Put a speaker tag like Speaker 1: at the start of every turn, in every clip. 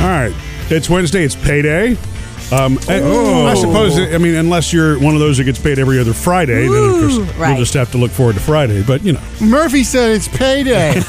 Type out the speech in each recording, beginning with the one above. Speaker 1: right. It's Wednesday. It's payday. Um, I-
Speaker 2: Ooh.
Speaker 1: I suppose. I mean, unless you're one of those that gets paid every other Friday, then of course
Speaker 2: Ooh,
Speaker 1: we'll
Speaker 2: right.
Speaker 1: just have to look forward to Friday. But you know,
Speaker 3: Murphy said it's payday.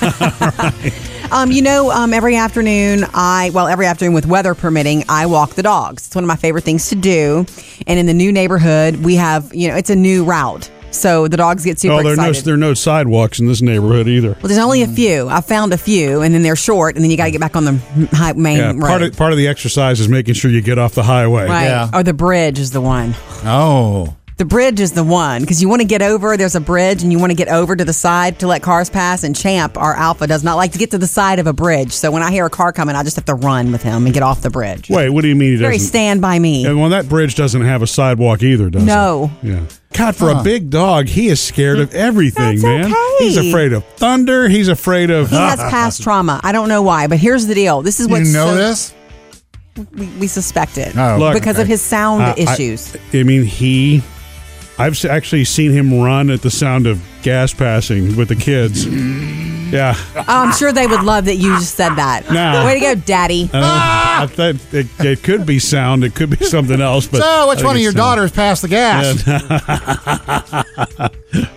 Speaker 2: Um, you know, um, every afternoon I, well, every afternoon with weather permitting, I walk the dogs. It's one of my favorite things to do. And in the new neighborhood, we have, you know, it's a new route, so the dogs get super
Speaker 1: oh, there are no Mm.
Speaker 2: excited.
Speaker 1: there are no sidewalks in this neighborhood either.
Speaker 2: well, there's only a few. I found a few, and then they're short, and then you got to get back on the high main
Speaker 1: Yeah,
Speaker 2: road,
Speaker 1: part of part of the exercise is making sure you get off the highway.
Speaker 2: right?
Speaker 3: yeah.
Speaker 2: Or the bridge is the one.
Speaker 3: oh.
Speaker 2: The bridge is the one because you want to get over. There's a bridge, and you want to get over to the side to let cars pass. And Champ, our alpha, does not like to get to the side of a bridge. So when I hear a car coming, I just have to run with him and get off the bridge.
Speaker 1: Wait, what do you mean he doesn't?
Speaker 2: Very stand by me.
Speaker 1: And well, that bridge doesn't have a sidewalk either, does
Speaker 2: No.
Speaker 1: it? Yeah. God, for a big dog, he is scared of everything,
Speaker 2: That's
Speaker 1: man.
Speaker 2: okay.
Speaker 1: He's afraid of thunder. He's afraid of.
Speaker 2: He has past trauma. I don't know why, but here's the deal. This is
Speaker 3: You
Speaker 2: what
Speaker 3: know this?
Speaker 2: We, we suspect it
Speaker 3: Oh.
Speaker 1: Look,
Speaker 2: because of his sound
Speaker 1: Uh, I-
Speaker 2: issues.
Speaker 1: I, mean, he. I've s- actually seen him run at the sound of gas passing with the kids. Yeah.
Speaker 2: oh, I'm sure they would love that you just said that.
Speaker 1: No.
Speaker 2: Way to go, Daddy.
Speaker 1: Uh, I thought it, it could be sound. It could be something else. But
Speaker 3: So,
Speaker 1: I
Speaker 3: which
Speaker 1: think
Speaker 3: one of
Speaker 1: it's
Speaker 3: your
Speaker 1: sound.
Speaker 3: daughters passed the gas?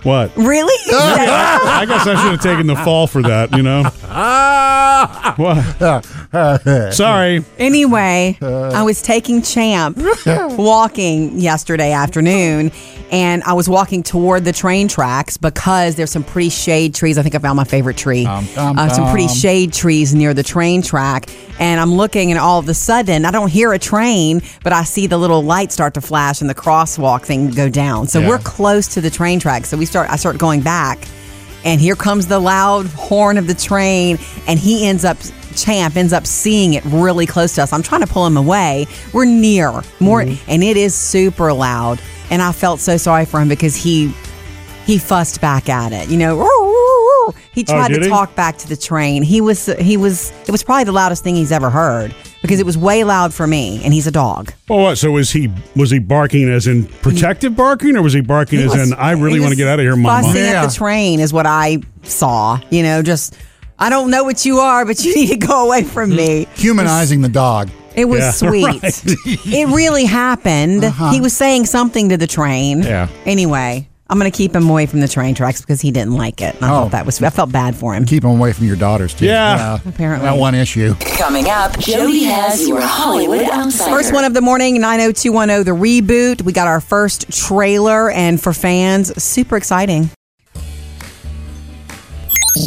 Speaker 1: What?
Speaker 2: Really? Daddy?
Speaker 1: I guess I should have taken the fall for that. You know. What? Sorry.
Speaker 2: Anyway, I was taking Champ walking yesterday afternoon, and I was walking toward the train tracks because there's some pretty shade trees. I think I found my favorite tree.
Speaker 3: dum,
Speaker 2: Uh, some pretty
Speaker 3: dum.
Speaker 2: shade trees near the train track, and I'm looking, and all of a sudden, I don't hear a train, but I see the little light start to flash and the crosswalk thing go down. So
Speaker 3: Yeah.
Speaker 2: we're close to the train track, so we start. I start going back and here comes the loud horn of the train and he ends up champ ends up seeing it really close to us i'm trying to pull him away we're near more and it is super loud and i felt so sorry for him because he he fussed back at it you know "Roar, roar, roar." he tried
Speaker 1: Oh, did
Speaker 2: to
Speaker 1: he?
Speaker 2: talk back to the train he was he was it was probably the loudest thing he's ever heard because it was way loud for me and he's a dog
Speaker 1: Well, what? So was he was he barking as in protective barking, or was he barking
Speaker 2: He
Speaker 1: as
Speaker 2: was-
Speaker 1: in I
Speaker 2: he
Speaker 1: really want to
Speaker 2: was
Speaker 1: get out of here, Mama?
Speaker 2: Fussing
Speaker 3: Yeah.
Speaker 2: at the train is what I saw. You know, just I don't know what you are, but you need to go away from me.
Speaker 3: Humanizing the dog.
Speaker 2: It was
Speaker 1: Yeah,
Speaker 2: sweet.
Speaker 1: right.
Speaker 2: it really happened.
Speaker 3: Uh-huh.
Speaker 2: He was saying something to the train.
Speaker 3: Yeah.
Speaker 2: Anyway, I'm going to keep him away from the train tracks because he didn't like it. And I
Speaker 3: Oh.
Speaker 2: thought that was I felt bad for him.
Speaker 3: Keep them away from your daughters, too.
Speaker 1: Yeah.
Speaker 2: Apparently.
Speaker 3: That one issue.
Speaker 4: Coming up, Jody has your Hollywood Outsider.
Speaker 2: First one of the morning, 90210, the reboot. We got our first trailer, and for fans, super exciting.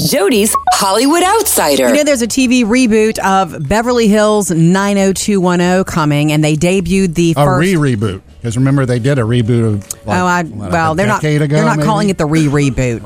Speaker 4: Jody's Hollywood Outsider.
Speaker 2: You know, there's a TV reboot of Beverly Hills 90210 coming, and they debuted the
Speaker 3: A
Speaker 2: first.
Speaker 3: re reboot. Because remember, they did a reboot of. Like,
Speaker 2: oh, I,
Speaker 3: what,
Speaker 2: well,
Speaker 3: a
Speaker 2: they're not.
Speaker 3: decade ago,
Speaker 2: they're not
Speaker 3: maybe?
Speaker 2: calling it the re reboot.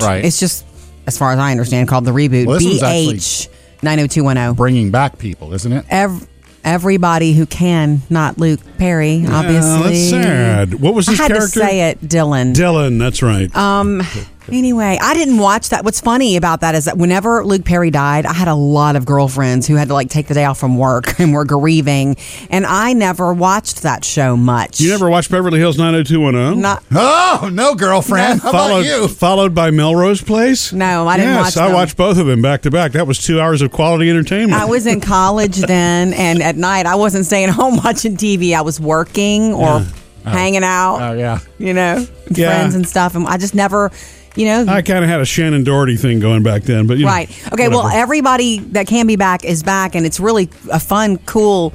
Speaker 3: Right.
Speaker 2: It's just, as far as I understand, called the reboot.
Speaker 3: Well, this one's actually-
Speaker 2: BH 90210.
Speaker 3: Bringing back people, isn't it?
Speaker 2: Ev- everybody who can, not Luke Perry,
Speaker 1: Oh,
Speaker 2: obviously.
Speaker 1: that's sad. What was
Speaker 2: I
Speaker 1: his
Speaker 2: had
Speaker 1: character?
Speaker 2: to say it, Dylan.
Speaker 1: Dylan. That's right.
Speaker 2: Um. Anyway, I didn't watch that. What's funny about that is that whenever Luke Perry died, I had a lot of girlfriends who had to like take the day off from work and were grieving, and I never watched that show much.
Speaker 1: you never watched Beverly Hills 90210?
Speaker 2: Not.
Speaker 3: Oh, no, girlfriend. How
Speaker 1: Followed,
Speaker 3: about you?
Speaker 1: followed by Melrose Place.
Speaker 2: No, I didn't
Speaker 1: Yes,
Speaker 2: watch
Speaker 1: I
Speaker 2: them.
Speaker 1: watched both of them back to back. That was two hours of quality entertainment.
Speaker 2: I was in college then, and at night I wasn't staying home watching TV. I was working or hanging out.
Speaker 3: Oh, yeah.
Speaker 2: You know, with
Speaker 1: Yeah.
Speaker 2: friends and stuff, and I just never. You know,
Speaker 1: I kind of had a Shannon Doherty thing going back then, but you know,
Speaker 2: Right. Okay. Well,
Speaker 1: whatever.
Speaker 2: everybody that can be back is back, and it's really a fun, cool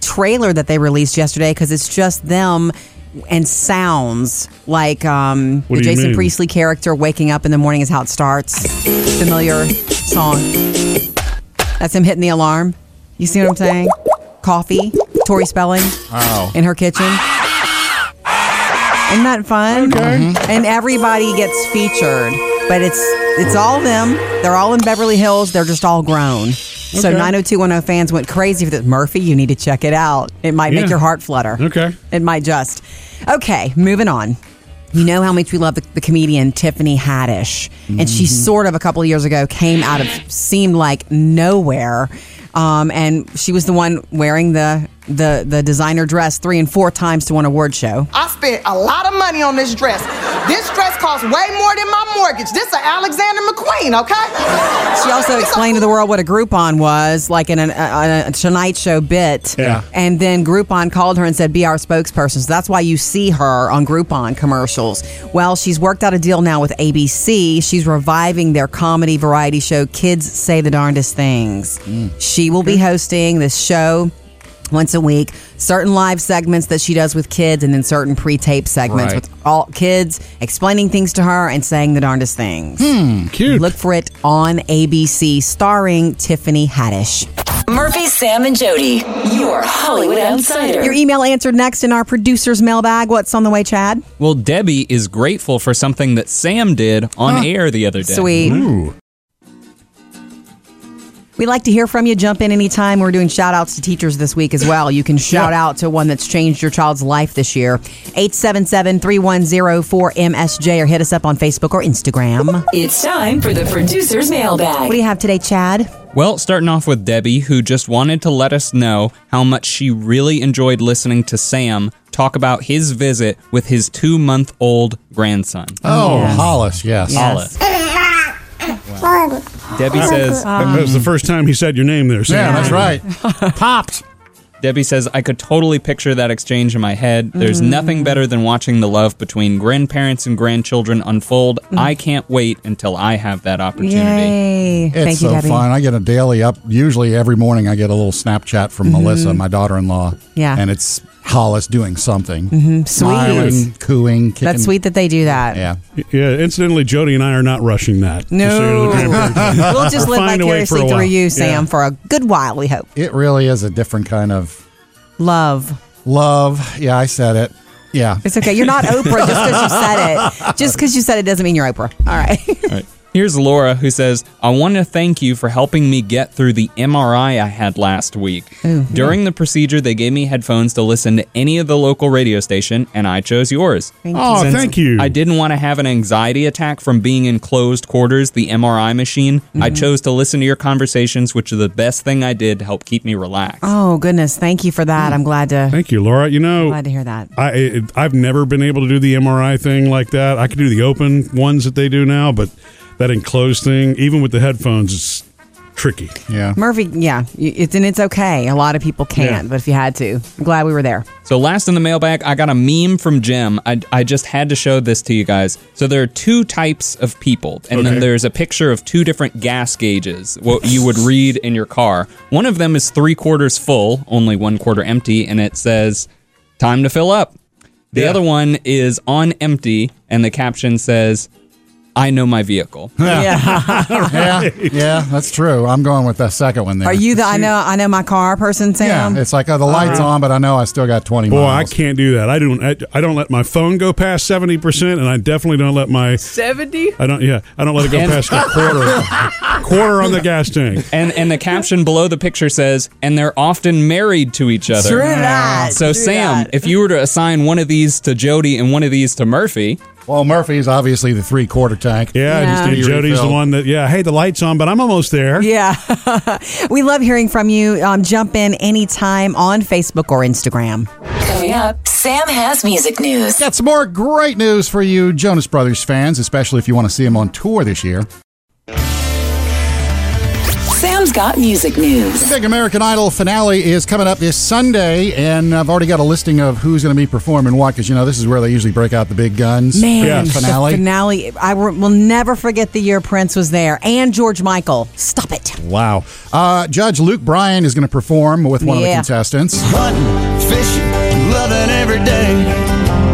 Speaker 2: trailer that they released yesterday because it's just them and sounds like um,
Speaker 1: What
Speaker 2: the
Speaker 1: do you
Speaker 2: Jason
Speaker 1: mean?
Speaker 2: Priestley character waking up in the morning is how it starts. Familiar song. That's him hitting the alarm. You see what I'm saying? Coffee. Tori Spelling
Speaker 3: Oh.
Speaker 2: in her kitchen. Isn't that fun? Mm-hmm.
Speaker 1: Mm-hmm.
Speaker 2: And everybody gets featured, but it's it's all them. They're all in Beverly Hills. They're just all grown. So
Speaker 1: Okay.
Speaker 2: 90210 fans went crazy for this. Murphy, you need to check it out. It might
Speaker 1: Yeah.
Speaker 2: make your heart flutter.
Speaker 1: Okay.
Speaker 2: It might just. Okay, moving on. You know how much we love the, the comedian Tiffany Haddish. And she sort of a couple of years ago came out of, seemed like nowhere. Um, and she was the one wearing the the the designer dress three and four times to an award show.
Speaker 5: I spent a lot of money on this dress. This dress costs way more than my mortgage. This is Alexander McQueen, okay?
Speaker 2: She also explained to the world what a Groupon was, like in an, a, a Tonight Show bit.
Speaker 3: Yeah.
Speaker 2: And then Groupon called her and said, "Be our spokesperson." So that's why you see her on Groupon commercials. Well, she's worked out a deal now with ABC. She's reviving their comedy variety show, Kids Say the Darndest Things.
Speaker 3: Mm.
Speaker 2: She will be hosting this show once a week certain live segments that she does with kids and then certain pre-tape segments
Speaker 3: Right.
Speaker 2: with all kids explaining things to her and saying the darndest things
Speaker 1: Cute.
Speaker 2: Look for it on ABC, starring Tiffany Haddish.
Speaker 4: Murphy, Sam, and Jody, your Hollywood outsider.
Speaker 2: Your email answered next in our producer's mailbag. What's on the way, Chad?
Speaker 6: Well, Debbie is grateful for something that Sam did on air the other day.
Speaker 2: Sweet.
Speaker 3: Ooh.
Speaker 2: We like to hear from you. Jump in anytime. We're doing shout outs to teachers this week as well. You can shout out to one that's changed your child's life this year. 877 310 4MSJ or hit us up on Facebook or Instagram.
Speaker 4: It's time for the producer's mailbag.
Speaker 2: What do you have today, Chad?
Speaker 6: Well, starting off with Debbie, who just wanted to let us know how much she really enjoyed listening to Sam talk about his visit with his two month old grandson.
Speaker 3: Oh, Hollis, yes.
Speaker 6: Olive. Debbie says
Speaker 2: um,
Speaker 1: that was the first time he said your name there.
Speaker 3: Yeah,
Speaker 1: Sam.
Speaker 3: Oh, that's right. Popped.
Speaker 6: Debbie says I could totally picture that exchange in my head. There's nothing better than watching the love between grandparents and grandchildren unfold. I can't wait until I have that opportunity.
Speaker 2: Yay.
Speaker 3: It's
Speaker 2: Thank you,
Speaker 3: so
Speaker 2: Debbie.
Speaker 3: fun. I get a daily up. Usually every morning, I get a little Snapchat from Melissa, my daughter-in-law.
Speaker 2: Mm-hmm. Yeah. Mm-hmm.
Speaker 3: and it's Hollis doing something,
Speaker 2: Sweet.
Speaker 3: smiling, cooing. Kicking.
Speaker 2: That's sweet that they do that.
Speaker 3: Yeah,
Speaker 1: Yeah, incidentally, Jody and I are not rushing that. Just so you're the grandparents.
Speaker 2: No. we'll just
Speaker 1: We're
Speaker 2: live
Speaker 1: fine to wait for a
Speaker 2: vicariously
Speaker 1: while.
Speaker 2: through you,
Speaker 1: Yeah.
Speaker 2: Sam, for a good while, we hope.
Speaker 3: it really is a different kind of
Speaker 2: Love.
Speaker 3: love. Yeah, I said it. Yeah,
Speaker 2: It's okay. You're not Oprah just because you said it. Just because you said it doesn't mean you're Oprah. All right.
Speaker 6: All right. Here's Laura who says, I want to thank you for helping me get through the MRI I had last week. During the procedure, they gave me headphones to listen to any of the local radio station, and I chose yours.
Speaker 1: Oh, thank you.
Speaker 6: I didn't want to have an anxiety attack from being in closed quarters, the MRI machine. I chose to listen to your conversations, which is the best thing I did to help keep me relaxed.
Speaker 2: Oh goodness, thank you for that. I'm glad to
Speaker 1: Thank you, Laura. You know,
Speaker 2: glad to hear that.
Speaker 1: I it, I've never been able to do the MRI thing like that. I could do the open ones that they do now, but that enclosed thing, even with the headphones, it's tricky.
Speaker 3: yeah.
Speaker 2: Murphy, yeah, y- it's and it's okay. A lot of people can't,
Speaker 1: Yeah.
Speaker 2: but if you had to, I'm glad we were there.
Speaker 6: So last in the mailbag, I got a meme from Jem. I, I just had to show this to you guys. So there are two types of people, and
Speaker 1: Okay.
Speaker 6: then there's a picture of two different gas gauges, what you would read in your car. One of them is three quarters full, only one quarter empty, and it says, "Time to fill up." The
Speaker 1: Yeah.
Speaker 6: other one is on empty, and the caption says, "I know my vehicle."
Speaker 2: Yeah.
Speaker 3: yeah, yeah, that's true. I'm going with the second one there.
Speaker 2: Are you the I know I know my car person,
Speaker 3: Yeah,
Speaker 2: Sam?
Speaker 3: it's like oh, the lights on, but I know I still got 20
Speaker 1: Boy, I
Speaker 3: miles.
Speaker 1: can't do that. I don't. I, I don't let my phone go past seventy percent, and I definitely don't let my seventy. I don't. Yeah, I don't let it go
Speaker 6: And-
Speaker 1: past a quarter. quarter on the gas tank.
Speaker 6: And and the caption below the picture says, "And they're often married to each other."
Speaker 2: True that.
Speaker 6: So,
Speaker 2: True
Speaker 6: Sam,
Speaker 2: that.
Speaker 6: if you were to assign one of these to Jody and one of these to Murphy,
Speaker 3: Well, Murphy's obviously the three quarter tank.
Speaker 1: Yeah, I
Speaker 2: Yeah.
Speaker 1: just need Jody's the
Speaker 3: Refill.
Speaker 1: one that. Yeah, hey, the lights on, but I'm almost there.
Speaker 2: Yeah. we love hearing from you. Um, jump in anytime on Facebook or Instagram.
Speaker 4: Coming up, Sam has music news.
Speaker 3: Got some more great news for you, Jonas Brothers fans, especially if you want to see them on tour this year.
Speaker 4: Sam's got music news.
Speaker 3: Big American Idol finale is coming up this Sunday, and I've already got a listing of who's going to be performing what because you know this is where they usually break out the big guns.
Speaker 2: Man,
Speaker 1: Yeah.
Speaker 2: the
Speaker 3: Finale.
Speaker 2: finale. I re- will never forget the year Prince was there and George Michael. Stop it.
Speaker 3: Wow. Uh, Judge Luke Bryan is going to perform with one of the
Speaker 2: Yeah.
Speaker 3: contestants.
Speaker 7: hunting, fishing, loving every day.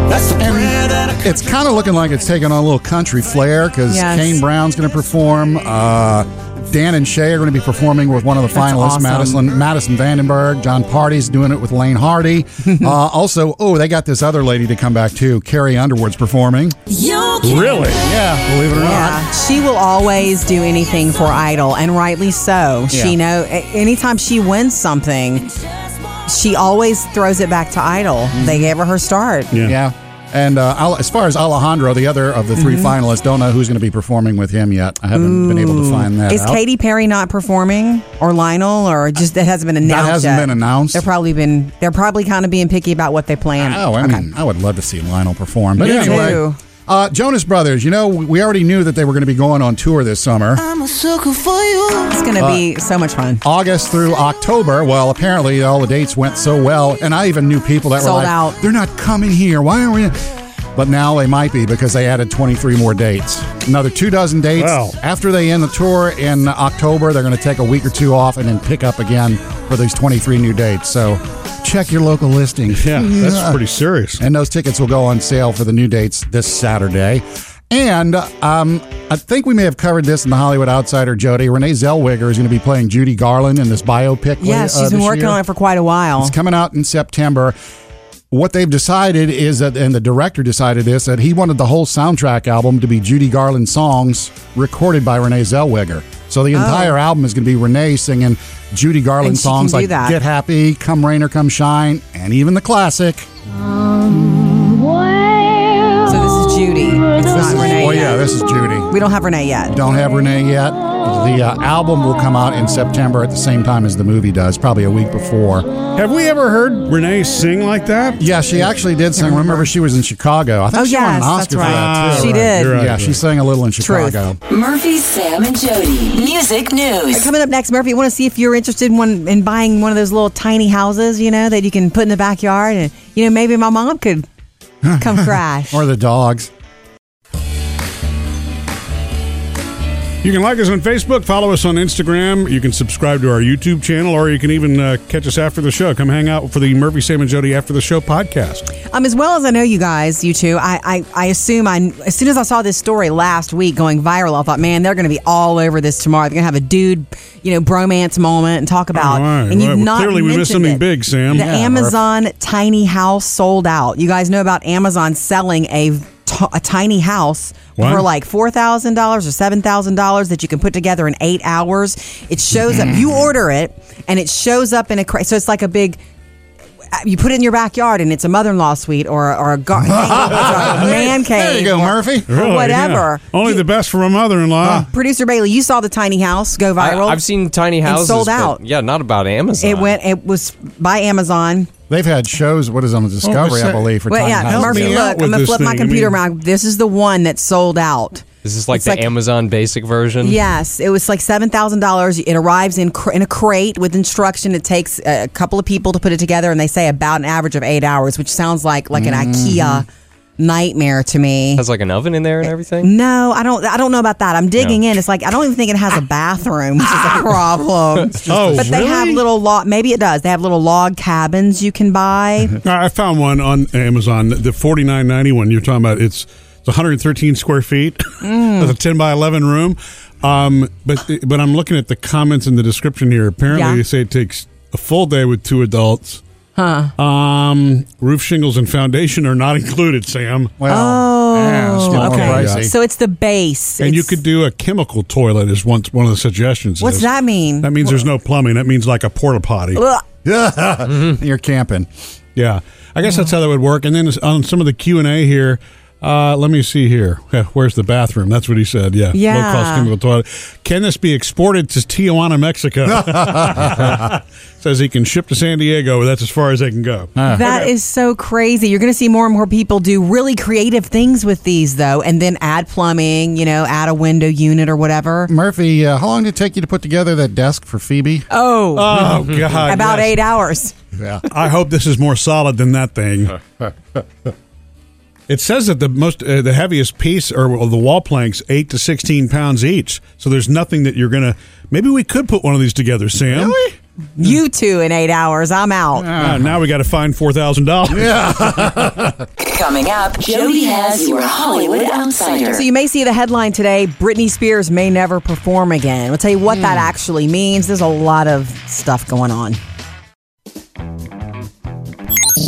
Speaker 7: That's the prayer that I
Speaker 3: It's kind of looking like it's taking on a little country flair because
Speaker 2: Yes.
Speaker 3: Kane Brown's going to perform. Uh, Dan and Shay are going to be performing with one of the finalists,
Speaker 2: awesome.
Speaker 3: Madison, Madison Vandenberg. John Party's doing it with Lane Hardy. uh, also, oh, they got this other lady to come back too. Carrie Underwood's performing.
Speaker 1: Really?
Speaker 3: Yeah, believe it or
Speaker 2: Yeah, she will always do anything for Idol, and rightly so. She
Speaker 3: Yeah.
Speaker 2: know a- anytime she wins something, she always throws it back to Idol. They gave her her start.
Speaker 1: Yeah.
Speaker 3: not. Mm-hmm. Yeah. And uh, Al- as far as Alejandro, the other of the
Speaker 2: Mm-hmm.
Speaker 3: 3 finalists, don't know who's going to be performing with him yet. I haven't been able to find that
Speaker 2: Is
Speaker 3: out.
Speaker 2: Katy Perry not performing, or Lionel, or just that hasn't been announced?
Speaker 3: That hasn't
Speaker 2: yet?
Speaker 3: been announced.
Speaker 2: They're probably been. They're probably kind of being picky about what they plan.
Speaker 3: Oh, I mean, I would love to see Lionel perform. But
Speaker 2: Me
Speaker 3: anyway,
Speaker 2: too.
Speaker 3: uh, Jonas Brothers. You know, we already knew that they were going to be going on tour this summer,
Speaker 8: Um,
Speaker 7: I'm a sucker for you.
Speaker 2: it's
Speaker 3: uh,
Speaker 2: going to be so much fun.
Speaker 3: August through October. Well, apparently all the dates went so well, and I even knew people that were
Speaker 2: Sold
Speaker 3: like,
Speaker 2: out.
Speaker 3: "They're not coming here. Why are we?" But now they might be because they added 23 more dates. Another two dozen dates.
Speaker 1: Wow.
Speaker 3: After they end the tour in October, they're going to take a week or two off and then pick up again for these 23 new dates. So check your local listings.
Speaker 1: Yeah, that's pretty serious.
Speaker 3: Mm-hmm. And those tickets will go on sale for the new dates this Saturday. And um, I think we may have covered this in the Hollywood Outsider, Jody. Renee Zellweger is going to be playing Judy Garland in this biopic. la-
Speaker 2: Yeah, she's
Speaker 3: uh,
Speaker 2: been
Speaker 3: this
Speaker 2: working
Speaker 3: year.
Speaker 2: on it for quite a while.
Speaker 3: It's coming out in September. What they've decided is that, and the director decided this, that he wanted the whole soundtrack album to be Judy Garland songs recorded by Renee Zellweger. So the entire album is going to be Renee singing Judy Garland
Speaker 2: Oh. And she can
Speaker 3: songs
Speaker 2: do
Speaker 3: like
Speaker 2: that.
Speaker 3: Get Happy, Come Rain or Come Shine, and even the classic.
Speaker 2: So this is Judy. It's
Speaker 3: This
Speaker 2: not
Speaker 3: is,
Speaker 2: Renee.
Speaker 3: oh,
Speaker 2: yet.
Speaker 3: yeah, this is Judy.
Speaker 2: We don't have Renee yet.
Speaker 3: Don't have Renee yet. The uh, album will come out in September at the same time as the movie does, probably a week before.
Speaker 1: Have we ever heard Renee sing like that?
Speaker 3: Yeah, she actually did sing. Remember, she was in Chicago. I think
Speaker 2: Oh
Speaker 3: she won an
Speaker 2: yes,
Speaker 3: Oscar
Speaker 2: that's
Speaker 3: for that,
Speaker 2: right.
Speaker 3: too.
Speaker 2: she did.
Speaker 1: You're right,
Speaker 3: yeah,
Speaker 1: you're
Speaker 3: she
Speaker 1: right.
Speaker 3: sang a little in
Speaker 2: Truth.
Speaker 3: Chicago.
Speaker 4: Murphy, Sam, and Jody. Music news.
Speaker 2: Coming up next, Murphy, I want to see if you're interested in, one, in buying one of those little tiny houses, you know, that you can put in the backyard. And, you know, maybe my mom could come crash.
Speaker 3: Or the dogs.
Speaker 1: You can like us on Facebook, follow us on Instagram. You can subscribe to our YouTube channel, or you can even uh, catch us after the show. Come hang out for the Murphy, Sam, and Jody After the Show podcast.
Speaker 2: Um, as well as I know you guys, you two, I, I, I assume I, as soon as I saw this story last week going viral, I thought, man, they're going to be all over this tomorrow. They're going to have a dude, you know, bromance moment and talk about.
Speaker 1: All right,
Speaker 2: and you've
Speaker 1: right. Well,
Speaker 2: not
Speaker 1: clearly we missed
Speaker 2: mentioned
Speaker 1: something
Speaker 2: it.
Speaker 1: big, Sam.
Speaker 2: The
Speaker 1: Yeah,
Speaker 2: Amazon tiny house sold out. You guys know about Amazon selling a t- a tiny house
Speaker 1: What?
Speaker 2: for like four thousand dollars or seven thousand dollars that you can put together in eight hours. It shows up.
Speaker 1: Mm-hmm.
Speaker 2: You order it, and it shows up in a cra- so it's like a big you put it in your backyard and it's a mother-in-law suite or or a, gar- it's a man cave.
Speaker 3: There you go, Murphy.
Speaker 1: Really? Yeah.
Speaker 2: whatever.
Speaker 1: Only the best for my mother in law.
Speaker 2: Producer Bailey, you saw the tiny house go
Speaker 9: I,
Speaker 2: viral.
Speaker 9: I've seen tiny
Speaker 2: And
Speaker 9: houses
Speaker 2: sold
Speaker 9: but
Speaker 2: out.
Speaker 9: Yeah, not about Amazon.
Speaker 2: It went. It was by Amazon.
Speaker 3: They've had shows, what is on Discovery, I
Speaker 1: that?
Speaker 3: believe, for
Speaker 2: Well,
Speaker 3: Tiny
Speaker 2: yeah,
Speaker 3: Houses.
Speaker 2: Murphy,
Speaker 1: me
Speaker 2: look,
Speaker 1: out
Speaker 2: I'm
Speaker 1: with
Speaker 2: gonna
Speaker 1: this
Speaker 2: flip my
Speaker 1: thing. I
Speaker 2: computer
Speaker 1: mean-
Speaker 2: around. This is the one that sold out.
Speaker 9: Is this like
Speaker 2: It's
Speaker 9: the
Speaker 2: like-
Speaker 9: Amazon basic version?
Speaker 2: Yes, it was like seven thousand dollars. It arrives in cr- in a crate with instruction. It takes a a couple of people to put it together, and they say about an average of eight hours, which sounds like like an IKEA nightmare to me.
Speaker 9: Has like an oven in there and everything?
Speaker 2: No, I don't. I don't know about that. I'm digging
Speaker 9: No.
Speaker 2: in. It's like I don't even think it has a bathroom, which is a problem.
Speaker 1: Oh,
Speaker 2: but they have
Speaker 1: really?
Speaker 2: little log. Maybe it does. They have little log cabins you can buy.
Speaker 1: I found one on Amazon, the forty nine ninety one you're talking about. It's it's 113 square feet.
Speaker 2: Mm.
Speaker 1: It's a 10 by 11 room. Um, but but I'm looking at the comments in the description here. Apparently,
Speaker 2: Yeah.
Speaker 1: they say it takes a full day with two adults. Huh. Um, roof shingles and foundation are not included, Sam.
Speaker 3: Well, yeah, it's more
Speaker 1: okay.
Speaker 3: pricey.
Speaker 2: Oh, So it's the base.
Speaker 1: and you
Speaker 2: It's-
Speaker 1: could do a chemical toilet is one one of the suggestions.
Speaker 2: What's
Speaker 1: is.
Speaker 2: that mean?
Speaker 1: That Uh-huh. means there's no plumbing. That means like a porta potty.
Speaker 2: Ugh.
Speaker 3: You're camping.
Speaker 1: Yeah, I guess that's how that would work. And then on some of the Q and A here, uh, let me see here. Yeah, Where's the bathroom? That's what he said. Yeah,
Speaker 2: Yeah.
Speaker 1: low cost chemical toilet. Can this be exported to Tijuana, Mexico? Says he can ship to San Diego. That's as far as they can go.
Speaker 2: That is so crazy. You're going to see more and more people do really creative things with these, though, and then add plumbing, you know, add a window unit or whatever.
Speaker 1: Mm.
Speaker 3: Murphy, uh, how long did it take you to put together that desk for Phoebe?
Speaker 2: Oh,
Speaker 1: Oh God!
Speaker 2: about
Speaker 1: yes.
Speaker 2: eight hours.
Speaker 3: Yeah.
Speaker 1: I hope this is more solid than that thing. It says that the most, uh, the heaviest piece or well, the wall planks, eight to sixteen pounds each. So there's nothing that you're gonna. Maybe we could put one of these together, Sam. Mm.
Speaker 2: You two in eight hours. I'm out.
Speaker 1: Uh, now we got to find four thousand dollars.
Speaker 4: Coming up, Jody has your Hollywood Outsider.
Speaker 2: So you may see the headline today Britney Spears may never perform again. We'll tell you what that actually means. There's a lot of stuff going on.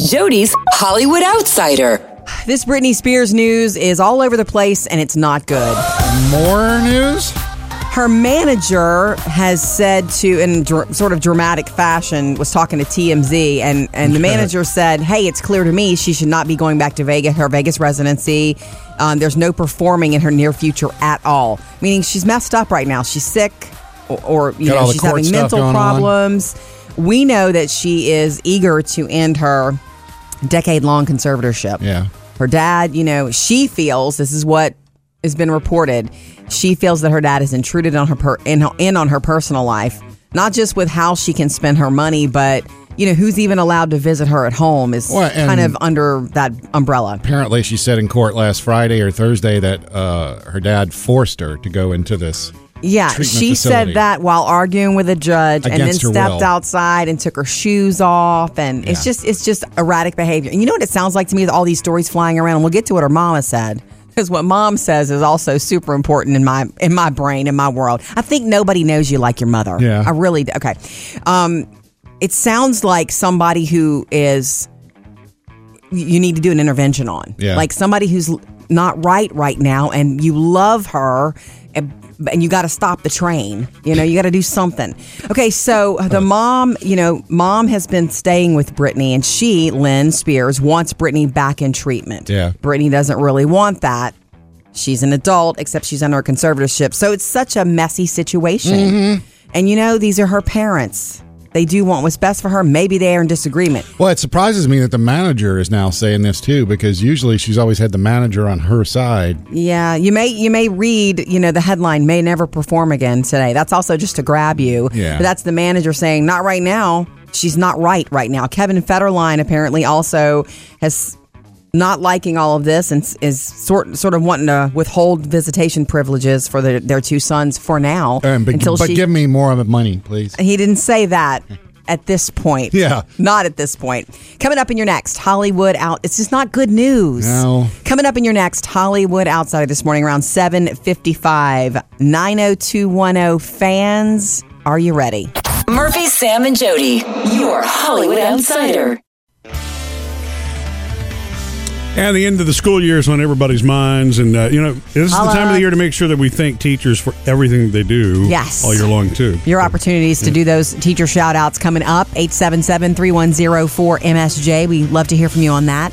Speaker 4: Jody's Hollywood Outsider.
Speaker 2: This Britney Spears news is all over the place and it's not good.
Speaker 3: More news?
Speaker 2: her manager has said to, in dr- sort of dramatic fashion, was talking to TMZ, and, and the manager said, Hey, it's clear to me she should not be going back to Vegas, her Vegas residency. Um, there's no performing in her near future at all, meaning she's messed up right now. She's sick, or, or you
Speaker 3: Got all
Speaker 2: know,
Speaker 3: the
Speaker 2: she's
Speaker 3: court
Speaker 2: having
Speaker 3: stuff
Speaker 2: mental
Speaker 3: going on.
Speaker 2: problems. We know that she is eager to end her decade long conservatorship
Speaker 3: Yeah.
Speaker 2: her dad, you know, she feels this is what has been reported. She feels that her dad has intruded on her per- in, in on her personal life, not just with how she can spend her money, but you know, who's even allowed to visit her at home is
Speaker 3: Well, and-
Speaker 2: kind of under that umbrella.
Speaker 3: Apparently, she said in court last Friday or Thursday that uh, her dad forced her to go into this.
Speaker 2: Yeah,
Speaker 3: treatment
Speaker 2: she
Speaker 3: facility.
Speaker 2: said that while arguing with a judge, and then
Speaker 3: Against her
Speaker 2: stepped
Speaker 3: will.
Speaker 2: outside and took her shoes off, and it's
Speaker 3: Yeah.
Speaker 2: just it's just erratic behavior. And you know what it sounds like to me is all these stories flying around, and we'll get to what her mama said because what mom says is also super important in my in my brain in my world. I think nobody knows you like your mother.
Speaker 3: Yeah.
Speaker 2: I really do. okay. Um, it sounds like somebody who is you need to do an intervention on.
Speaker 3: Yeah.
Speaker 2: Like somebody who's l- not right right now and you love her and, and you got to stop the train. You know, you got to do something. Okay, so the mom, you know, mom has been staying with Brittany and she, Lynn Spears, wants Brittany back in treatment.
Speaker 3: Yeah.
Speaker 2: Brittany doesn't really want that. She's an adult, except she's under a conservatorship. So it's such a messy situation. And you know, these are her parents. They do want what's best for her. Maybe they are in disagreement.
Speaker 3: Well, it surprises me that the manager is now saying this too, because usually she's always had the manager on her side.
Speaker 2: Yeah, you may you may read you know the headline may never perform again today. That's also just to grab you.
Speaker 3: Yeah.
Speaker 2: But that's the manager saying not right now. She's not right right now. Kevin Federline apparently also has not liking all of this and s- is sort sort of wanting to withhold visitation privileges for their, their two sons for now
Speaker 3: Um, but
Speaker 2: until
Speaker 3: but
Speaker 2: she
Speaker 3: give me more of the money, please.
Speaker 2: he didn't say that at this point.
Speaker 3: Yeah.
Speaker 2: Not at this point. Coming up in your next Hollywood out. It's just not good news.
Speaker 3: No.
Speaker 2: Coming up in your next Hollywood outside this morning around 7:55 90210 fans. Are you ready?
Speaker 4: Murphy, Sam, and Jody, your Hollywood Outsider.
Speaker 1: And the end of the school year is on everybody's minds, and uh, you know this is
Speaker 2: Holla.
Speaker 1: the time of the year to make sure that we thank teachers for everything that they do.
Speaker 2: Yes.
Speaker 1: all year long too.
Speaker 2: Your opportunities to do those teacher shout outs coming up 877 3104 MSJ. We love to hear from you on that.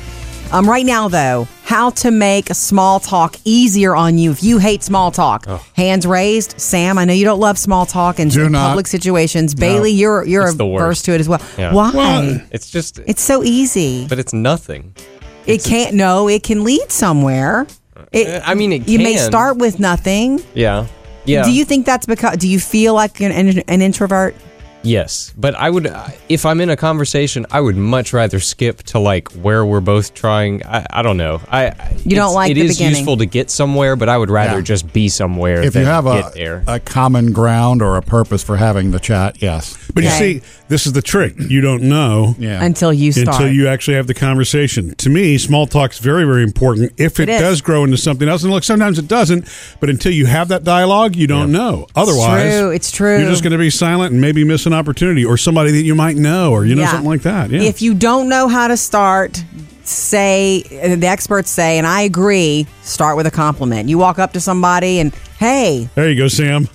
Speaker 2: Um, right now, though, how to make small talk easier on you if you hate small talk.
Speaker 9: Oh.
Speaker 2: Hands raised. Sam, I know you don't love small talk in
Speaker 3: Do not.
Speaker 2: public situations. Bailey, you're you're
Speaker 9: It's the worst.
Speaker 2: averse to it as well.
Speaker 9: Yeah.
Speaker 2: Why?
Speaker 1: Well,
Speaker 9: It's just,
Speaker 2: it's so easy.
Speaker 9: but it's nothing.
Speaker 2: It can't. No, it can lead somewhere. It,
Speaker 9: I mean, Uh, it
Speaker 2: you may
Speaker 9: can.
Speaker 2: start with nothing.
Speaker 9: Yeah. Yeah.
Speaker 2: Do you think that's because? Do you feel like you're an, an introvert?
Speaker 9: Yes, but I would if I'm in a conversation, I would much rather skip to like where we're both trying. I, I don't know. I
Speaker 2: You
Speaker 9: it's-
Speaker 2: don't like
Speaker 9: it
Speaker 2: the
Speaker 9: is
Speaker 2: beginning.
Speaker 9: useful to get somewhere, but I would rather
Speaker 3: Yeah.
Speaker 9: just be somewhere
Speaker 3: If
Speaker 9: than
Speaker 3: you have
Speaker 9: get
Speaker 3: a,
Speaker 9: there.
Speaker 3: a common ground or a purpose for having the chat, yes.
Speaker 1: But
Speaker 2: Okay.
Speaker 1: you see, this is the trick. You don't know
Speaker 3: Yeah.
Speaker 2: Until you start.
Speaker 1: until you actually have the conversation. To me, small talk's very, very important. If it,
Speaker 2: It is.
Speaker 1: does grow into something else, and look, sometimes it doesn't, but until you have that dialogue, you don't know. Otherwise,
Speaker 2: true, it's true.
Speaker 1: You're just going to be silent and maybe miss an opportunity or somebody that you might know or you know
Speaker 2: Yeah.
Speaker 1: something like that. Yeah.
Speaker 2: If you don't know how to start, say the experts say, and I agree. Start with a compliment. You walk up to somebody and hey,
Speaker 1: there you go, Sam.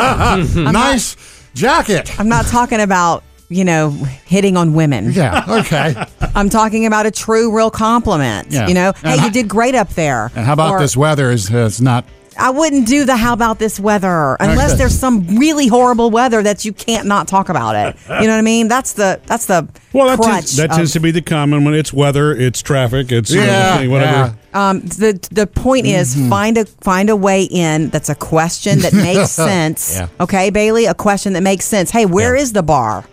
Speaker 3: nice jacket.
Speaker 2: I'm not talking about you know hitting on women.
Speaker 3: Yeah, okay.
Speaker 2: I'm talking about a true, real compliment.
Speaker 3: Yeah.
Speaker 2: You know,
Speaker 3: And
Speaker 2: hey,
Speaker 3: I-
Speaker 2: you did great up there.
Speaker 3: And how about
Speaker 2: Or,
Speaker 3: this weather is, is not
Speaker 2: I wouldn't do the how about this weather unless
Speaker 3: Okay.
Speaker 2: there's some really horrible weather that you can't not talk about it. You know what I mean? That's the that's the
Speaker 1: Well, that,
Speaker 2: crutch
Speaker 1: tends, that
Speaker 2: of-
Speaker 1: tends to be the common one. It's weather, it's traffic, it's you know, whatever.
Speaker 3: yeah.
Speaker 2: Um, the the point is find a find a way in that's a question that makes sense.
Speaker 3: Yeah.
Speaker 2: Okay, Bailey, a question that makes sense. Hey, where is the bar?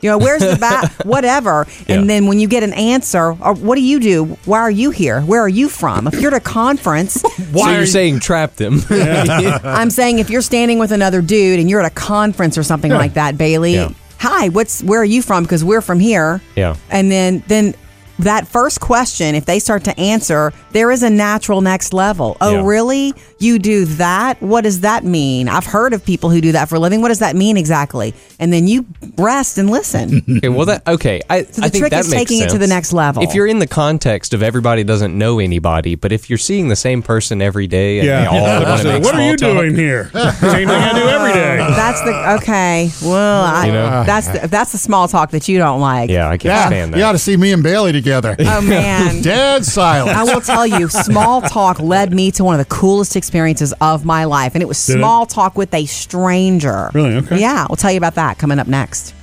Speaker 2: You know, where's the bat? Whatever.
Speaker 9: Yeah.
Speaker 2: And then when you get an answer, or what do you do? Why are you here? Where are you from? If you're at a conference,
Speaker 9: so you're saying trap them?
Speaker 2: I'm saying if you're standing with another dude and you're at a conference or something like that, Bailey.
Speaker 9: Yeah.
Speaker 2: Hi, what's where are you from? Because we're from here.
Speaker 9: Yeah.
Speaker 2: And then then that first question, if they start to answer, there is a natural next level. Oh,
Speaker 9: Yeah.
Speaker 2: really? You do that? What does that mean? I've heard of people who do that for a living. What does that mean exactly? And then you rest and listen.
Speaker 9: Okay, well that okay. I,
Speaker 2: the
Speaker 9: I think
Speaker 2: trick
Speaker 9: that
Speaker 2: is
Speaker 9: makes
Speaker 2: taking it to
Speaker 9: sense.
Speaker 2: the next level.
Speaker 9: If you're in the context of everybody doesn't know anybody, but if you're seeing the same person every day, and they
Speaker 1: Yeah.
Speaker 9: all want to make
Speaker 1: what are
Speaker 9: small
Speaker 1: you
Speaker 9: talk-
Speaker 1: doing here? Same thing I do every day.
Speaker 2: that's the okay. Well, I,
Speaker 9: You know?
Speaker 2: that's the, that's the small talk that you don't like.
Speaker 9: Yeah, I can't
Speaker 3: Yeah,
Speaker 9: stand that.
Speaker 3: you ought to see me and Bailey together.
Speaker 2: Oh man.
Speaker 3: Dead silent.
Speaker 2: I will tell you, small talk led me to one of the coolest experiences of my life, and it was
Speaker 1: Did it?
Speaker 2: small talk with a stranger.
Speaker 1: Really? Okay.
Speaker 2: Yeah, we'll tell you about that coming up next.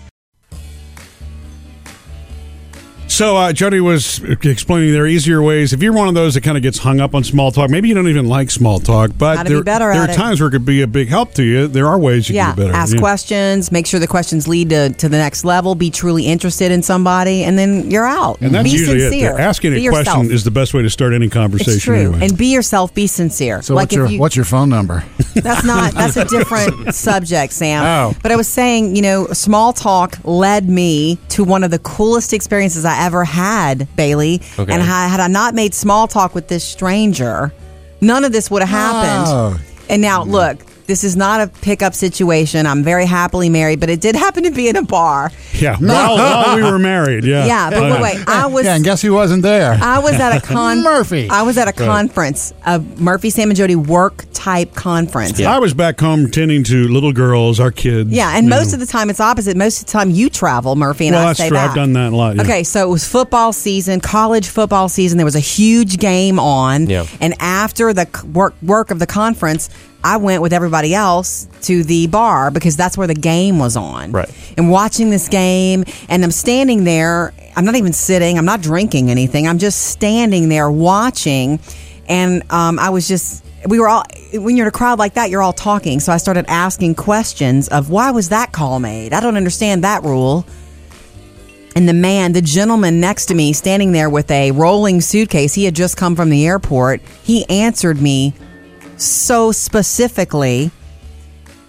Speaker 1: So uh, Jody was explaining there are easier ways. If you're one of those that kind of gets hung up on small talk, maybe you don't even like small talk, but
Speaker 2: Gotta be
Speaker 1: there,
Speaker 2: better
Speaker 1: there
Speaker 2: at
Speaker 1: are
Speaker 2: it.
Speaker 1: times where it could be a big help to you. There are ways you
Speaker 2: Yeah,
Speaker 1: can get better.
Speaker 2: ask
Speaker 1: Yeah.
Speaker 2: questions, make sure the questions lead to, to the next level, be truly interested in somebody, and then you're out.
Speaker 1: And that's
Speaker 2: be
Speaker 1: usually
Speaker 2: sincere.
Speaker 1: it. Asking
Speaker 2: be
Speaker 1: a question
Speaker 2: yourself.
Speaker 1: is the best way to start any conversation.
Speaker 2: it's true.
Speaker 1: Anyway.
Speaker 2: And be yourself, be sincere.
Speaker 3: So what's your
Speaker 2: if you,
Speaker 3: what's your phone number?
Speaker 2: That's not. That's a different subject, Sam.
Speaker 3: Oh.
Speaker 2: But I was saying, you know, small talk led me to one of the coolest experiences I ever had, Bailey.
Speaker 9: Okay.
Speaker 2: And had, had I not made small talk with this stranger, none of this would have
Speaker 3: Oh.
Speaker 2: happened. And now, look, this is not a pickup situation. I'm very happily married, but it did happen to be in a bar.
Speaker 1: yeah, while, while we were married. Yeah, Uh,
Speaker 2: Yeah, but wait, wait. I was
Speaker 3: yeah, and guess who wasn't there?
Speaker 2: I was at a con
Speaker 3: Murphy.
Speaker 2: I was at a conference, a Murphy Sam and Jody work type conference.
Speaker 1: I was back home tending to little girls, our kids.
Speaker 2: Yeah, and most of the time it's opposite. Most of the time you travel, Murphy, and
Speaker 1: well,
Speaker 2: I
Speaker 1: that's
Speaker 2: stay
Speaker 1: true.
Speaker 2: back.
Speaker 1: I've done that a lot. yeah.
Speaker 2: Okay, so it was football season, college football season. There was a huge game on,
Speaker 9: Yeah.
Speaker 2: and after the c- work work of the conference, I went with everybody else to the bar because that's where the game was on.
Speaker 9: Right.
Speaker 2: And watching this game, and I'm standing there. I'm not even sitting. I'm not drinking anything. I'm just standing there watching, and um, I was just. We were all when you're in a crowd like that, you're all talking. So I started asking questions of why was that call made? I don't understand that rule. And the man, the gentleman next to me, standing there with a rolling suitcase, he had just come from the airport. He answered me so specifically,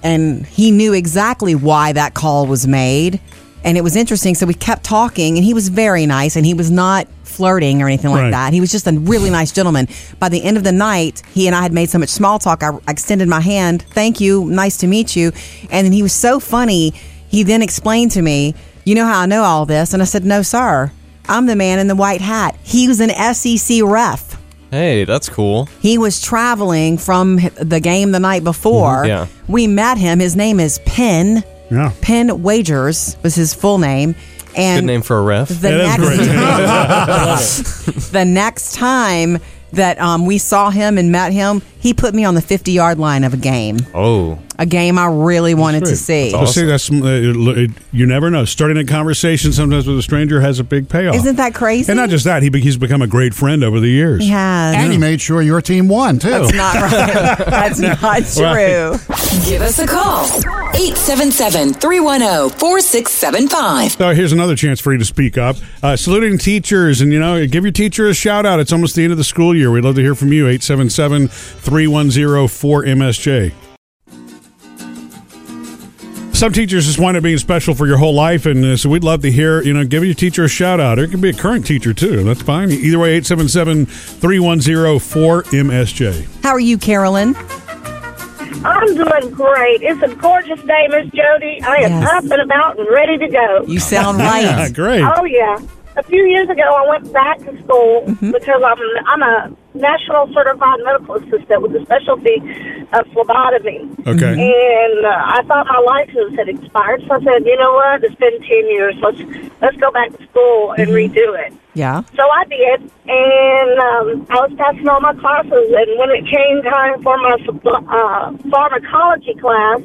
Speaker 2: and he knew exactly why that call was made. And it was interesting. So we kept talking, and he was very nice, and he was not flirting or anything like
Speaker 1: Right.
Speaker 2: that. He was just a really nice gentleman. By the end of the night, he and I had made so much small talk. I extended my hand, thank you, nice to meet you. And then he was so funny. He then explained to me, You know how I know all this? And I said, No, sir. I'm the man in the white hat. He was an SEC ref.
Speaker 9: Hey, that's cool.
Speaker 2: He was traveling from the game the night before.
Speaker 9: Mhm, yeah.
Speaker 2: We met him. His name is Penn.
Speaker 1: Yeah.
Speaker 2: Penn Wagers was his full name. And
Speaker 9: Good name for a ref.
Speaker 2: the
Speaker 1: That
Speaker 2: next
Speaker 1: is great.
Speaker 2: the next time that um, we saw him and met him, he put me on the 50 yard line of a game,
Speaker 9: oh,
Speaker 2: a game I really wanted to
Speaker 1: Great.
Speaker 2: see.
Speaker 1: But see, that's uh, it- it- you never know. Starting a conversation sometimes with a stranger has a big payoff.
Speaker 2: Isn't that crazy?
Speaker 1: And not just that, he be- he's become a great friend over the years.
Speaker 2: he has.
Speaker 3: and he made sure your team won too.
Speaker 2: That's not right. That's not true.
Speaker 4: Give us a call. 877 310 4675.
Speaker 1: So here's another chance for you to speak up. Uh, saluting teachers, and you know, give your teacher a shout out. It's almost the end of the school year. We'd love to hear from you. 877 310 4MSJ. Some teachers just wind up being special for your whole life, and uh, so we'd love to hear, you know, give your teacher a shout out. Or it could be a current teacher, too. That's fine. Either way, 877 310 4MSJ.
Speaker 2: How are you, Carolyn?
Speaker 8: I'm doing great. It's a gorgeous day, Miss Jody. I am
Speaker 2: Yes.
Speaker 8: up and about and ready to go.
Speaker 2: You sound
Speaker 1: Yeah,
Speaker 2: right.
Speaker 1: great.
Speaker 8: Oh yeah. A few years ago, I went back to school
Speaker 2: Mm-hmm.
Speaker 8: because I'm I'm a national certified medical assistant with a specialty of phlebotomy.
Speaker 1: Okay.
Speaker 8: And uh, I thought my license had expired, so I said, you know what? It's been ten years. Let's let's go back to school and
Speaker 2: Mm-hmm.
Speaker 8: redo it.
Speaker 2: Yeah.
Speaker 8: So I did, and um, I was passing all my classes. And when it came time for my uh, pharmacology class,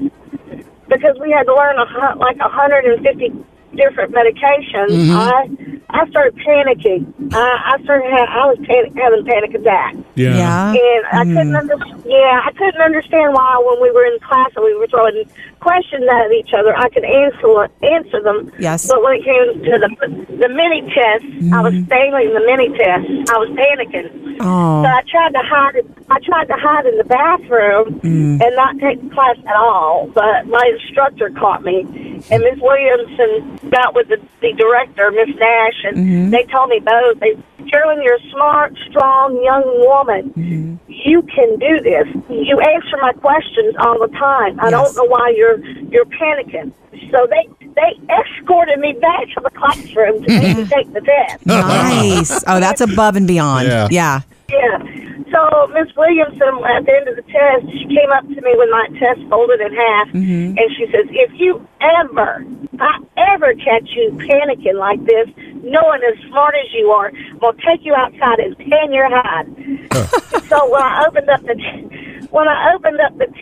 Speaker 8: because we had to learn a, hu- like 150 different medications, I I started panicking. I, I started ha- I was pan- having panic attacks.
Speaker 1: Yeah.
Speaker 2: Yeah.
Speaker 8: And I couldn't under- yeah, I couldn't understand why when we were in class and we were throwing questions at each other, I could answer answer them.
Speaker 2: Yes. Mm-hmm.
Speaker 8: But when it came to the the mini test, I was failing the mini test. I was panicking.
Speaker 2: Oh.
Speaker 8: So I tried to hide. I tried to hide in the bathroom
Speaker 2: Mm.
Speaker 8: and not take the class at all. But my instructor caught me, and Miss Williamson got with the, the director, Miss Nash, and
Speaker 2: Mm-hmm.
Speaker 8: they told me both. They, Carolyn, you're a smart, strong young woman.
Speaker 2: Mm-hmm.
Speaker 8: You can do this. You answer my questions all the time. I
Speaker 2: Yes.
Speaker 8: don't know why you're you're panicking. So they they escorted me back to the classroom to make me take the test.
Speaker 2: Nice. Oh, that's above and beyond.
Speaker 3: Yeah.
Speaker 2: yeah.
Speaker 8: Yeah. So Miss Williamson, at the end of the test, she came up to me when my test folded in half, and she says, "If you ever, if I ever catch you panicking like this, knowing as smart as you are, I'm gonna take you outside and tan your hide." so when I opened up the when I opened up the test,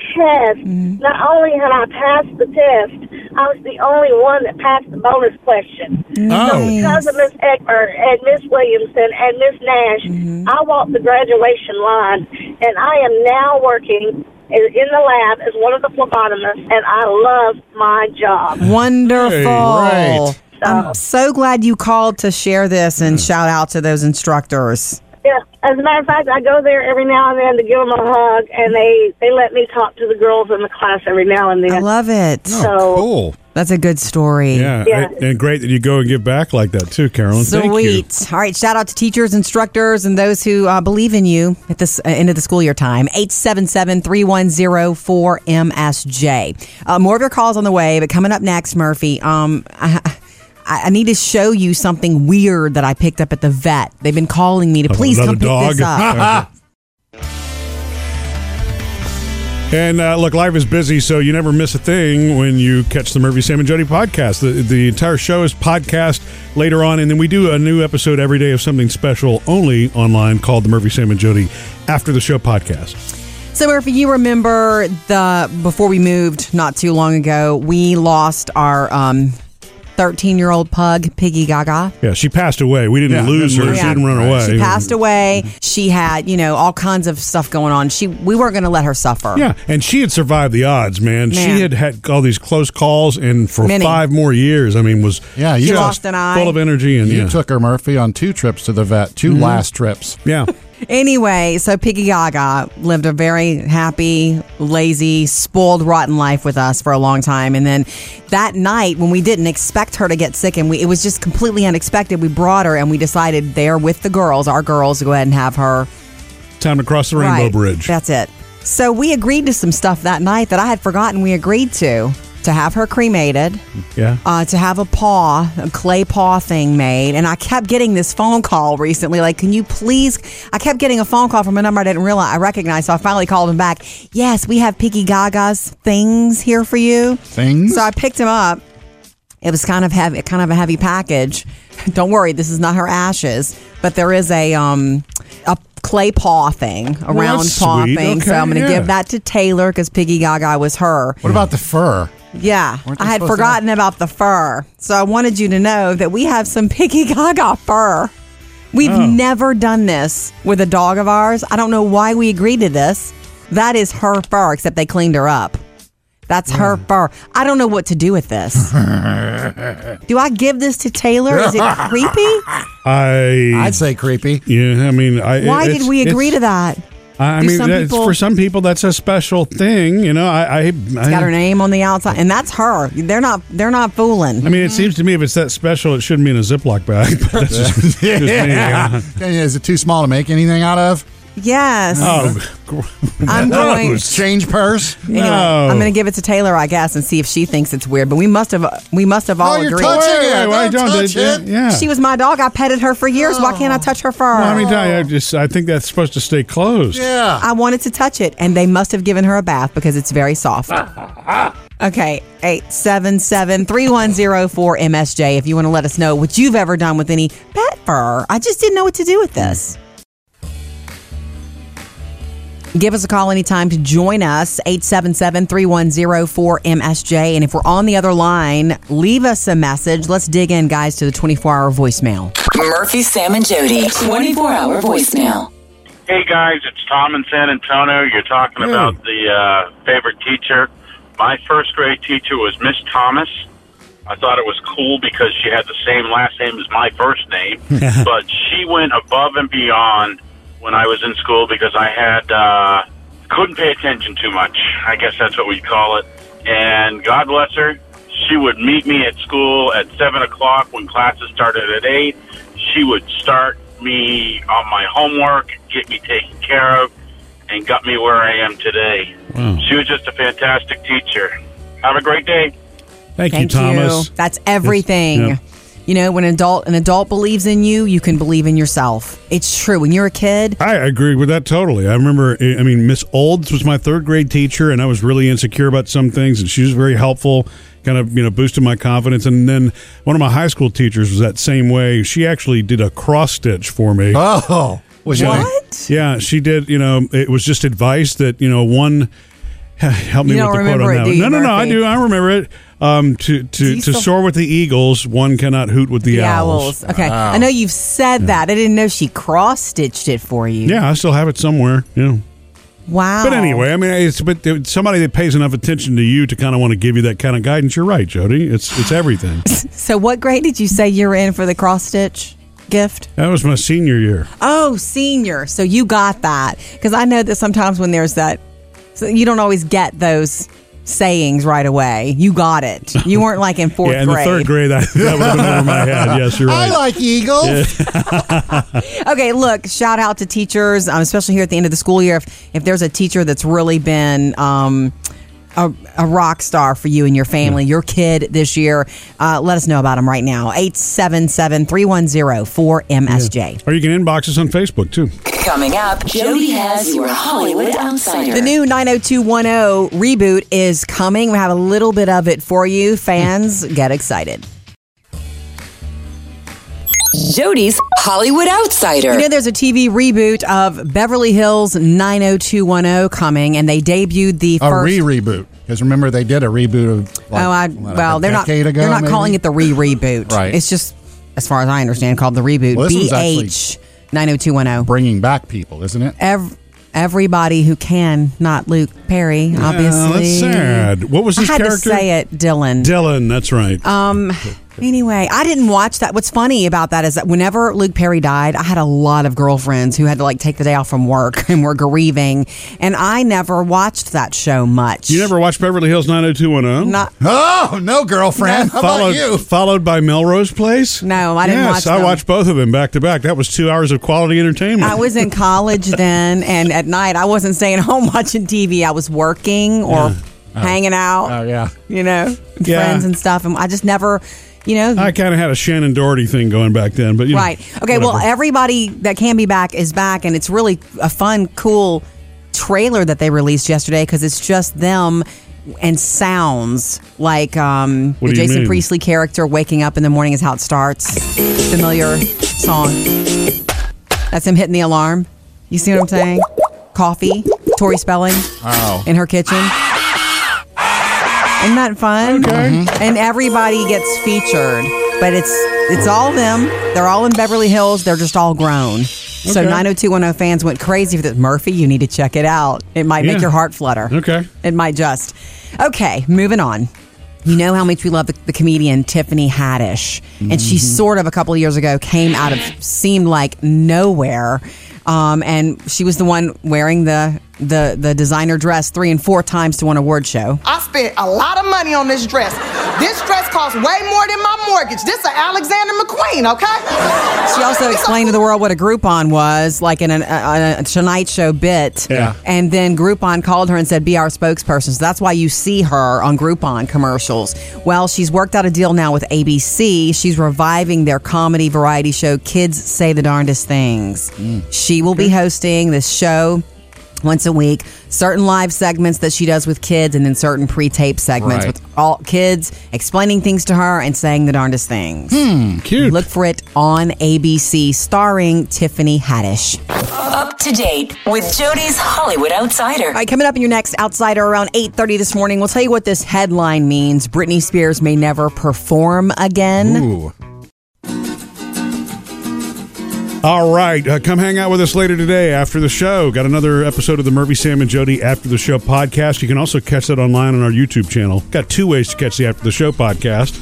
Speaker 2: Mm-hmm.
Speaker 8: not only had I passed the test, I was the only one that passed the bonus question.
Speaker 1: Oh.
Speaker 8: Because of Miss Egbert and Miss Williamson and Miss Nash,
Speaker 2: Mm-hmm.
Speaker 8: I walked the graduation line, and I am now working in in the lab as one of the phlebotomists, and I love my job.
Speaker 2: Wonderful.
Speaker 1: Hey, right.
Speaker 2: I'm so glad you called to share this and shout out to those instructors.
Speaker 8: Yeah, as a matter of fact, I go there every now and then to give them a hug, and they they let me talk to the girls in the class every now and
Speaker 2: I
Speaker 8: then.
Speaker 2: love it.
Speaker 8: so
Speaker 3: Cool.
Speaker 2: That's a good story.
Speaker 1: Yeah.
Speaker 8: Oh. Yeah.
Speaker 1: And- And great that you go and give back like that too, Carolyn. Thank you.
Speaker 2: Sweet. All right. Shout out to teachers, instructors, and those who uh, believe in you at this uh, end of the school year time. 877-310-4MSJ. Uh, more of your calls on the way, but coming up next, Murphy, um, I, I I need to show you something weird that I picked up at the vet. They've been calling me to please
Speaker 1: Another
Speaker 2: come pick
Speaker 1: dog.
Speaker 2: this up.
Speaker 1: And uh, look, life is busy, so you never miss a thing when you catch the Murphy, Sam, and Jody podcast. The, the entire show is podcast later on, and then we do a new episode every day of something special only online called the Murphy, Sam, and Jody After the Show podcast.
Speaker 2: So, Murphy, you remember the before we moved not too long ago, we lost our um, 13-year-old pug, Piggy Gaga.
Speaker 1: Yeah, she passed away. We didn't
Speaker 3: Yeah,
Speaker 1: lose
Speaker 3: didn't
Speaker 1: her.
Speaker 3: lose
Speaker 1: She
Speaker 2: her.
Speaker 1: didn't run away.
Speaker 2: She passed away. She had, you know, all kinds of stuff going on. She we weren't going to let her suffer.
Speaker 1: Yeah, and she had survived the odds, man.
Speaker 2: Man.
Speaker 1: She had had all these close calls, and for
Speaker 2: Many.
Speaker 1: five more years, I mean, was
Speaker 3: Yeah, you
Speaker 1: just
Speaker 2: lost an eye.
Speaker 1: full of energy, and
Speaker 3: You
Speaker 1: yeah, Mm-hmm.
Speaker 3: took her, Murphy, on two trips to the vet, 2 last trips.
Speaker 1: yeah.
Speaker 2: Anyway, so Piggy Gaga lived a very happy, lazy, spoiled, rotten life with us for a long time. And then that night, when we didn't expect her to get sick, and we, it was just completely unexpected, we brought her and we decided there with the girls, our girls, to go ahead and have her
Speaker 1: Time to cross the Rainbow
Speaker 2: Right.
Speaker 1: Bridge.
Speaker 2: That's it. So we agreed to some stuff that night that I had forgotten we agreed to to have her cremated.
Speaker 1: Yeah.
Speaker 2: Uh, to have a paw, a clay paw thing made. And I kept getting this phone call recently, like, can you please? I kept getting a phone call from a number I didn't realize I recognized. So I finally called him back. Yes, we have Piggy Gaga's things here for you.
Speaker 3: Things?
Speaker 2: So I picked him up. It was kind of heavy, kind of a heavy package. Don't worry, this is not her ashes, but there is a um a clay paw thing, a round
Speaker 1: that's
Speaker 2: paw
Speaker 1: sweet.
Speaker 2: thing. so
Speaker 1: Okay,
Speaker 2: I'm going to
Speaker 1: yeah.
Speaker 2: give that to Taylor because Piggy Gaga was her.
Speaker 3: What about the fur?
Speaker 2: Yeah,
Speaker 3: Weren't they
Speaker 2: I had
Speaker 3: supposed to
Speaker 2: forgotten about the fur, so I wanted you to know that we have some Piggy Gaga fur. We've
Speaker 3: Oh.
Speaker 2: never done this with a dog of ours. I don't know why we agreed to this. That is her fur, except they cleaned her up. That's her fur. I don't know what to do with this. do I give this to Taylor? Is it creepy?
Speaker 1: I
Speaker 3: I'd say creepy.
Speaker 1: Yeah, I mean, I,
Speaker 2: Why
Speaker 1: it's-
Speaker 2: did we agree
Speaker 1: it's-
Speaker 2: to that?
Speaker 1: I I
Speaker 2: Do
Speaker 1: mean,
Speaker 2: some
Speaker 1: that's,
Speaker 2: people-
Speaker 1: for some people, that's a special thing. You know, I, I, I-
Speaker 2: Got her name on the outside, and that's her. They're not. They're not fooling.
Speaker 1: I mean, it seems to me if it's that special, it shouldn't be in a Ziploc bag. But that's just, just me.
Speaker 3: Yeah. Is it too small to make anything out of?
Speaker 2: Yes,
Speaker 1: Oh, gr-
Speaker 2: I'm going.
Speaker 3: Change purse?
Speaker 2: Anyway,
Speaker 1: No.
Speaker 2: I'm going to give it to Taylor, I guess, and see if she thinks it's weird. But we must have we must have all
Speaker 3: oh, you're
Speaker 2: agreed.
Speaker 3: touching
Speaker 1: Wait,
Speaker 3: it.
Speaker 1: wait, why
Speaker 3: Don't
Speaker 1: don't they
Speaker 3: touch
Speaker 1: do-
Speaker 3: it.
Speaker 1: yeah.
Speaker 2: She was my dog. I petted her for years. Why can't I touch her fur?
Speaker 1: Well, I mean, I, I just I think that's supposed to stay closed.
Speaker 3: Yeah.
Speaker 2: I wanted to touch it, and they must have given her a bath because it's very soft. Okay, eight seven seven three one zero four MSJ. If you want to let us know what you've ever done with any pet fur, I just didn't know what to do with this. Give us a call anytime to join us, 877 310 4MSJ. And if we're on the other line, leave us a message. Let's dig in, guys, to the 24 hour voicemail.
Speaker 4: Murphy, Sam, and Jody. 24 hour voicemail.
Speaker 10: Hey guys, it's Tom in San Antonio. You're talking
Speaker 1: Hey.
Speaker 10: about the uh, favorite teacher. My first grade teacher was Miss Thomas. I thought it was cool because she had the same last name as my first name, but she went above and beyond when I was in school because I had uh, couldn't pay attention too much. I guess that's what we call it. And God bless her. She would meet me at school at seven o'clock when classes started at eight. She would start me on my homework, get me taken care of, and got me where I am today. She was just a fantastic teacher. Have a great day.
Speaker 1: Thank, you, Thomas.
Speaker 2: That's everything.
Speaker 1: Yes,
Speaker 2: You know, when an adult an adult believes in you, you can believe in yourself. It's true. When you're a kid,
Speaker 1: I agree with that totally. I remember, I I mean, Miss Olds was my third grade teacher, and I was really insecure about some things, and she was very helpful, kind of, you know, boosted my confidence. And then one of my high school teachers was that same way. She actually did a cross stitch for me.
Speaker 3: Oh, was she-
Speaker 2: What?
Speaker 1: Yeah, she did. You know, it was just advice that you know one. Help me
Speaker 2: You don't
Speaker 1: with the quote
Speaker 2: remember
Speaker 1: on
Speaker 2: it,
Speaker 1: that.
Speaker 2: do
Speaker 1: one.
Speaker 2: you,
Speaker 1: no, no, no. I
Speaker 2: Murphy?
Speaker 1: do. I remember it. Um, to to,
Speaker 2: you
Speaker 1: to
Speaker 2: still-
Speaker 1: soar with the eagles, one cannot hoot with the,
Speaker 2: the owls. Okay. I know you've said that. I didn't know she cross stitched it for you.
Speaker 1: Yeah, I still have it somewhere. Yeah.
Speaker 2: Wow.
Speaker 3: Oh.
Speaker 1: But anyway, I mean, it's but it's somebody that pays enough attention to you to kind of want to give you that kind of guidance. You're right, Jody. It's it's everything.
Speaker 2: So what grade did you say you were in for the cross stitch gift?
Speaker 1: that was my senior year.
Speaker 2: Oh, senior. So you got that. Because I know that sometimes when there's that, so you don't always get those sayings right away. You got it. You weren't like in fourth
Speaker 1: yeah, in
Speaker 2: grade.
Speaker 1: the third grade, that, that would have been over my head. Yes, you're
Speaker 3: I
Speaker 1: right.
Speaker 3: like eagles.
Speaker 2: Okay, look, shout out to teachers, um, especially here at the end of the school year. If, if there's a teacher that's really been um, a, a rock star for you and your family, your kid this year, uh, let us know about them right now. 877 310 4MSJ.
Speaker 1: or you can inbox us on Facebook too.
Speaker 4: Coming up, Jody has your Hollywood Outsider.
Speaker 2: The new 90210 reboot is coming. We have a little bit of it for you. Fans, get excited.
Speaker 4: Jody's Hollywood Outsider.
Speaker 2: You know, there's a TV reboot of Beverly Hills 90210 coming, and they debuted the
Speaker 3: A
Speaker 2: first.
Speaker 3: re reboot. Because remember, they did a reboot of. Like,
Speaker 2: oh, I
Speaker 3: what,
Speaker 2: well,
Speaker 3: a
Speaker 2: they're not
Speaker 3: decade ago,
Speaker 2: they're not
Speaker 3: maybe?
Speaker 2: calling it the re reboot.
Speaker 3: Right.
Speaker 2: It's just, as far as I understand, called the reboot.
Speaker 3: Well, this one's actually-
Speaker 2: BH 90210.
Speaker 3: Bringing back people, isn't it?
Speaker 2: Ev- everybody who can, not Luke Perry, obviously.
Speaker 1: that's sad. What was his
Speaker 2: I had
Speaker 1: character?
Speaker 2: to say it, Dylan.
Speaker 1: Dylan, that's right.
Speaker 2: Um. Anyway, I didn't watch that. What's funny about that is that whenever Luke Perry died, I had a lot of girlfriends who had to like take the day off from work and were grieving, and I never watched that show much.
Speaker 1: you never watched Beverly Hills 90210?
Speaker 2: Not.
Speaker 3: Oh, no, girlfriend. How
Speaker 1: Followed,
Speaker 3: about you?
Speaker 1: followed by Melrose Place.
Speaker 2: No, I didn't
Speaker 1: Yes,
Speaker 2: watch
Speaker 1: I
Speaker 2: them.
Speaker 1: watched both of them back to back. That was two hours of quality entertainment.
Speaker 2: I was in college then, and at night I wasn't staying home watching TV. I was working or hanging out.
Speaker 3: Oh, yeah.
Speaker 2: You know, with
Speaker 1: Yeah.
Speaker 2: friends and stuff, and I just never. You know,
Speaker 1: I kind of had a Shannon Doherty thing going back then, but you know,
Speaker 2: Right. Okay. Well,
Speaker 1: whatever.
Speaker 2: everybody that can be back is back, and it's really a fun, cool trailer that they released yesterday because it's just them and sounds like um,
Speaker 1: What
Speaker 2: the
Speaker 1: do you
Speaker 2: Jason
Speaker 1: mean?
Speaker 2: Priestley character waking up in the morning is how it starts. Familiar song. That's him hitting the alarm. You see what I'm saying? Coffee. Tori Spelling
Speaker 3: Oh.
Speaker 2: in her kitchen. Isn't that fun? Mm-hmm. And everybody gets featured, but it's it's all them. They're all in Beverly Hills. They're just all grown. So
Speaker 1: Okay.
Speaker 2: 90210 fans went crazy for this. Murphy, you need to check it out. It might
Speaker 1: Yeah.
Speaker 2: make your heart flutter.
Speaker 1: Okay.
Speaker 2: It might just. Okay, moving on. You know how much we love the, the comedian Tiffany Haddish. And she sort of a couple of years ago came out of, seemed like nowhere. Um, and she was the one wearing the, the, the designer dress three and four times to one award show.
Speaker 5: I spent a lot of money on this dress. This dress costs way more than my mortgage. This is Alexander McQueen, okay?
Speaker 2: She also explained to the world what a Groupon was, like in an, a, a Tonight Show bit.
Speaker 1: Yeah.
Speaker 2: And then Groupon called her and said, be our spokesperson. So that's why you see her on Groupon commercials. Well, she's worked out a deal now with ABC. She's reviving their comedy variety show, Kids Say the Darndest Things. She will be hosting this show once a week, certain live segments that she does with kids, and then certain pre tape segments
Speaker 3: Right.
Speaker 2: with all kids explaining things to her and saying the darndest things.
Speaker 1: cute.
Speaker 2: Look for it on ABC, starring Tiffany Haddish. All
Speaker 4: Up to date with Jody's Hollywood Outsider.
Speaker 2: right, coming up in your next Outsider around 8.30 this morning, we'll tell you what this headline means. Britney Spears may never perform again.
Speaker 3: Ooh.
Speaker 1: All right. Uh, come hang out with us later today after the show. Got another episode of the Murphy, Sam, and Jody After the Show podcast. You can also catch that online on our YouTube channel. Got two ways to catch the After the Show podcast.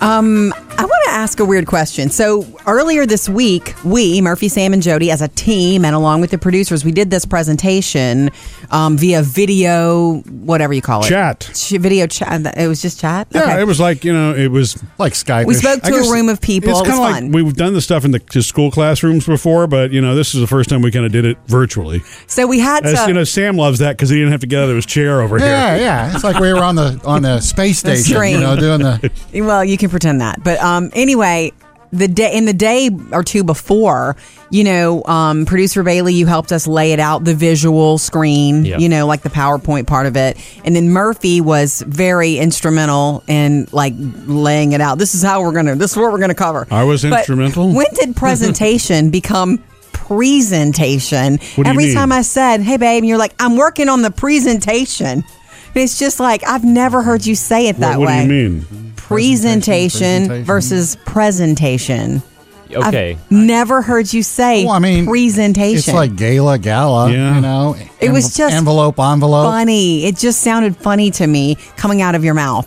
Speaker 2: Um, I want to ask a weird question. So earlier this week, we Murphy, Sam, and Jody, as a team, and along with the producers, we did this presentation um, via video, whatever you call it,
Speaker 1: Chat.
Speaker 2: Ch- video chat. It was just chat.
Speaker 1: Yeah, it was like, you know, it was like Skype.
Speaker 2: We spoke to a room of people.
Speaker 1: It's
Speaker 2: It was
Speaker 1: kinda like
Speaker 2: fun.
Speaker 1: we've done this stuff in the to school classrooms before, but, you know, this is the first time we kind of did it virtually.
Speaker 2: So we had
Speaker 1: As,
Speaker 2: to.
Speaker 1: you know, Sam loves that because he didn't have to get out of his chair over
Speaker 3: Yeah,
Speaker 1: here.
Speaker 3: yeah. It's like we were on the on the space
Speaker 2: The
Speaker 3: station, you
Speaker 2: screen.
Speaker 3: know, doing the
Speaker 2: Well, you can pretend that. But um, anyway, the day in the day or two before, you know, um, producer Bailey, you helped us lay it out the visual screen,
Speaker 11: Yeah.
Speaker 2: you know, like the PowerPoint part of it, and then Murphy was very instrumental in like laying it out. This is how we're gonna. This is what we're gonna cover.
Speaker 1: I was
Speaker 2: But
Speaker 1: instrumental?
Speaker 2: When did presentation become? Presentation.
Speaker 1: What do you
Speaker 2: Every
Speaker 1: mean?
Speaker 2: time I said, "Hey, babe," and you're like, "I'm working on the presentation." And it's just like I've never heard you say it that
Speaker 1: what
Speaker 2: way
Speaker 1: do you mean?
Speaker 2: presentation,
Speaker 1: Presentation.
Speaker 2: versus presentation.
Speaker 9: Okay.
Speaker 2: I've never heard you say well, I mean, presentation.
Speaker 3: it's like gala gala,
Speaker 1: Yeah.
Speaker 3: you know.
Speaker 2: It was just
Speaker 3: envelope envelope.
Speaker 2: funny. It just sounded funny to me coming out of your mouth.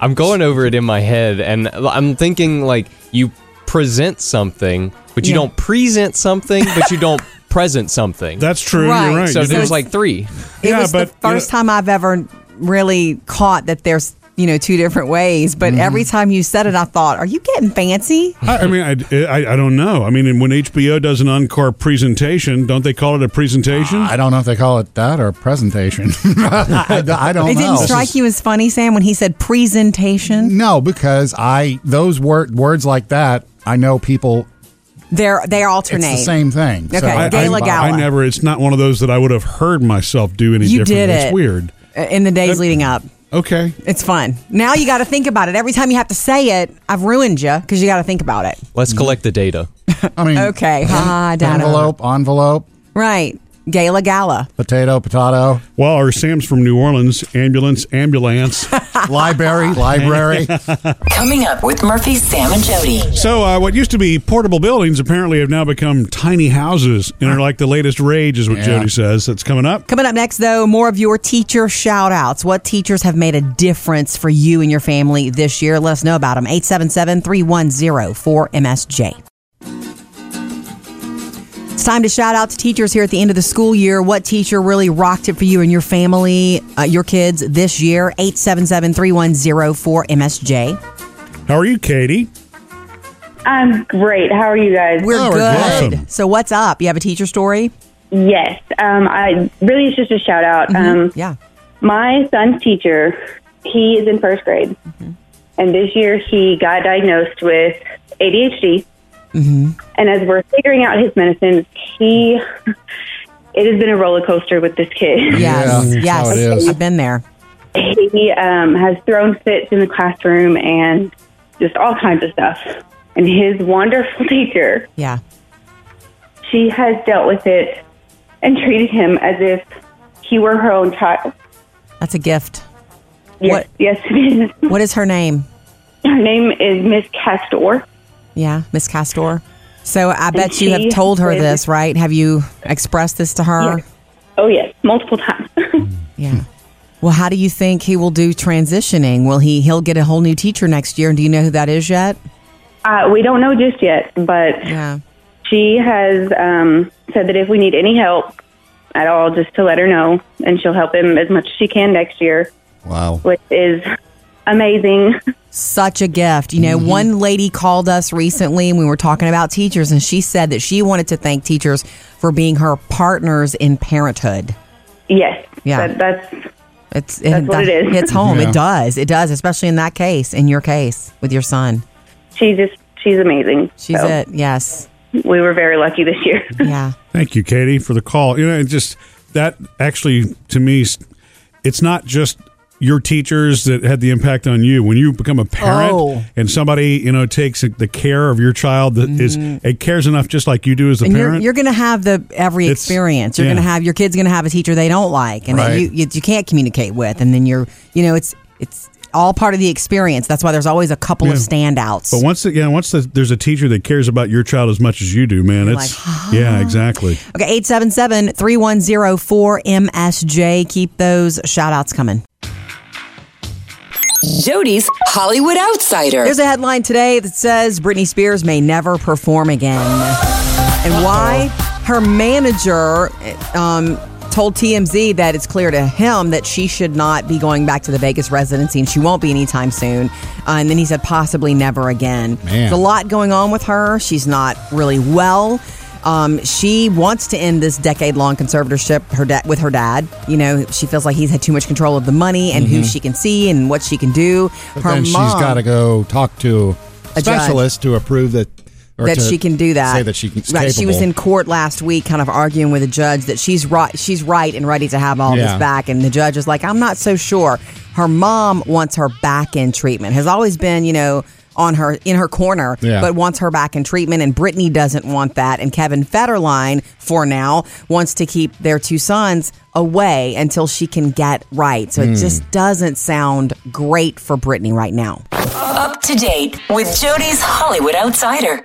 Speaker 9: I'm going over it in my head, and I'm thinking like you present something, but you
Speaker 2: Yeah.
Speaker 9: don't present something, but you don't present something.
Speaker 1: That's true.
Speaker 2: Right. right.
Speaker 9: So
Speaker 2: You
Speaker 9: there's
Speaker 2: don't-
Speaker 9: like three.
Speaker 2: It
Speaker 9: Yeah,
Speaker 2: was
Speaker 9: but,
Speaker 2: the first time I've ever really caught that there's you know two different ways. But
Speaker 3: Mm-hmm.
Speaker 2: every time you said it, I thought, "Are you getting fancy?"
Speaker 1: I, I mean, I, I, I don't know. I mean, and when HBO does an encore presentation, don't they call it a presentation?
Speaker 2: Ah,
Speaker 3: I don't know if they call it that or presentation. I, I don't
Speaker 2: it
Speaker 3: know.
Speaker 2: didn't strike you as funny, Sam, when he said presentation.
Speaker 3: No, because I those word, words like that, I know people.
Speaker 2: They're they alternate.
Speaker 3: It's the same thing.
Speaker 2: Okay, gala
Speaker 1: I,
Speaker 2: gala.
Speaker 1: I never. It's not one of those that I would have heard myself do any
Speaker 2: You
Speaker 1: differently.
Speaker 2: did
Speaker 1: It's
Speaker 2: it.
Speaker 1: weird.
Speaker 2: in the days leading up.
Speaker 1: Okay.
Speaker 2: It's fun. Now you got to think about it. Every time you have to say it, I've ruined you because you got to think about it.
Speaker 9: Let's collect the data.
Speaker 3: I mean,
Speaker 2: Okay. Ah, Ha, da, da.
Speaker 3: envelope, envelope,
Speaker 2: Right. Gala gala.
Speaker 3: potato, potato,
Speaker 1: Well, our Sam's from New Orleans. Ambulance, ambulance.
Speaker 3: library, library.
Speaker 4: Coming up with Murphy, Sam, and Jody.
Speaker 1: so, uh, what used to be portable buildings apparently have now become tiny houses and are like the latest rage, is what
Speaker 3: Yeah.
Speaker 1: Jody says. That's coming up.
Speaker 2: Coming up next, though, more of your teacher shout outs. What teachers have made a difference for you and your family this year? Let us know about them. 877 310 4MSJ. It's time to shout out to teachers here at the end of the school year. What teacher really rocked it for you and your family, uh, your kids this year? 877 310 4MSJ.
Speaker 1: How are you, Katie?
Speaker 12: I'm great. How are you guys?
Speaker 2: We're
Speaker 1: Oh, we're
Speaker 2: good.
Speaker 1: awesome.
Speaker 2: So what's up? You have a teacher story?
Speaker 12: Yes. Um, I really it's just a shout out. Um,
Speaker 2: Mm-hmm. yeah.
Speaker 12: My son's teacher, he is in first grade,
Speaker 2: Mm-hmm.
Speaker 12: and this year he got diagnosed with ADHD. And as we're figuring out his medicine, he it has been a roller coaster with this kid.
Speaker 2: Yes.
Speaker 3: Yeah, that's how it
Speaker 2: yes.
Speaker 3: is.
Speaker 2: I've been there.
Speaker 12: He um, has thrown fits in the classroom and just all kinds of stuff. And his wonderful teacher
Speaker 2: Yeah.
Speaker 12: she has dealt with it and treated him as if he were her own child.
Speaker 2: That's a gift.
Speaker 12: Yes, yes, it is.
Speaker 2: What is her name?
Speaker 12: Her name is Miss Castor.
Speaker 2: Yeah, Miss Castor. So I bet you have
Speaker 12: she
Speaker 2: told her
Speaker 12: is-
Speaker 2: this, right? Have you expressed this to her?
Speaker 12: Oh yes, multiple times.
Speaker 2: Yeah. Well, how do you think he will do transitioning? Will he he'll get a whole new teacher next year? And do you know who that is yet?
Speaker 12: Uh, we don't know just yet, but
Speaker 2: Yeah.
Speaker 12: she has um, said that if we need any help uh, at all, just to let her know, and she'll help him as much as she can next year,
Speaker 3: Wow.
Speaker 12: which is amazing.
Speaker 2: Such a gift. You
Speaker 3: Mm-hmm.
Speaker 2: know, one lady called us recently and we were talking about teachers and she said that she wanted to thank teachers for being her partners in parenthood.
Speaker 12: Yes,
Speaker 2: Yeah.
Speaker 12: that, that's
Speaker 2: It's
Speaker 12: That's what it is.
Speaker 2: It's home.
Speaker 3: Yeah.
Speaker 2: It does. It does, especially in that case, in your case with your son.
Speaker 12: she's just she's amazing.
Speaker 2: She's
Speaker 12: So,
Speaker 2: it. Yes.
Speaker 12: We were very lucky this year.
Speaker 2: Yeah.
Speaker 1: Thank you, Katie, for the call. You know, it just that actually to me, s- it's not just your teachers that had the impact on you. When you become a parent
Speaker 2: Oh.
Speaker 1: and somebody you know takes the care of your child that is it cares enough just like you do as a
Speaker 2: Mm-hmm. And you're,
Speaker 1: parent.
Speaker 2: you're going to have the every
Speaker 1: It's-
Speaker 2: experience. You're
Speaker 1: yeah.
Speaker 2: going to have your kids going to have a teacher they don't like and that
Speaker 3: Right.
Speaker 2: you, you you can't communicate with, and then you're you know it's it's all part of the experience. That's why there's always a couple of
Speaker 1: Yeah.
Speaker 2: standouts.
Speaker 1: But once again, once the, there's a teacher that cares about your child as much as you do, man,
Speaker 2: You're
Speaker 1: it's yeah, exactly.
Speaker 2: Okay, 877 3104 MSJ. Keep those shout outs coming.
Speaker 4: Jody's Hollywood Outsider.
Speaker 2: There's a headline today that says Britney Spears may never perform again. And why? Her manager um, told TMZ that it's clear to him that she should not be going back to the Vegas residency and she won't be anytime soon. Uh, and then he said, possibly never again.
Speaker 11: Man.
Speaker 2: There's a lot going on with her. She's not really well. Um, she wants to end this decade-long conservatorship her da- with her dad. You know, she feels like he's had too much control of the money and who
Speaker 3: Mhm.
Speaker 2: she can see and what she can do.
Speaker 3: But
Speaker 2: her
Speaker 3: then she's
Speaker 2: mom-
Speaker 3: got to go talk to
Speaker 2: A
Speaker 3: a
Speaker 2: judge.
Speaker 3: specialist to approve that or
Speaker 2: that
Speaker 3: to
Speaker 2: she can do that.
Speaker 3: Say that she can.
Speaker 2: Right, she was in court last week, kind of arguing with a judge that she's right, she's right, and ready to have all
Speaker 3: Yeah.
Speaker 2: this back. And the judge is like, "I'm not so sure." Her mom wants her back in treatment. Has always been, you know, on her in her corner,
Speaker 11: Yeah.
Speaker 2: but wants her back in treatment. And Brittany doesn't want that. And Kevin Federline, for now, wants to keep their two sons away until she can get right. So it
Speaker 4: Hmm.
Speaker 2: just doesn't sound great for Brittany right now.
Speaker 4: Up to date with Jody's Hollywood Outsider.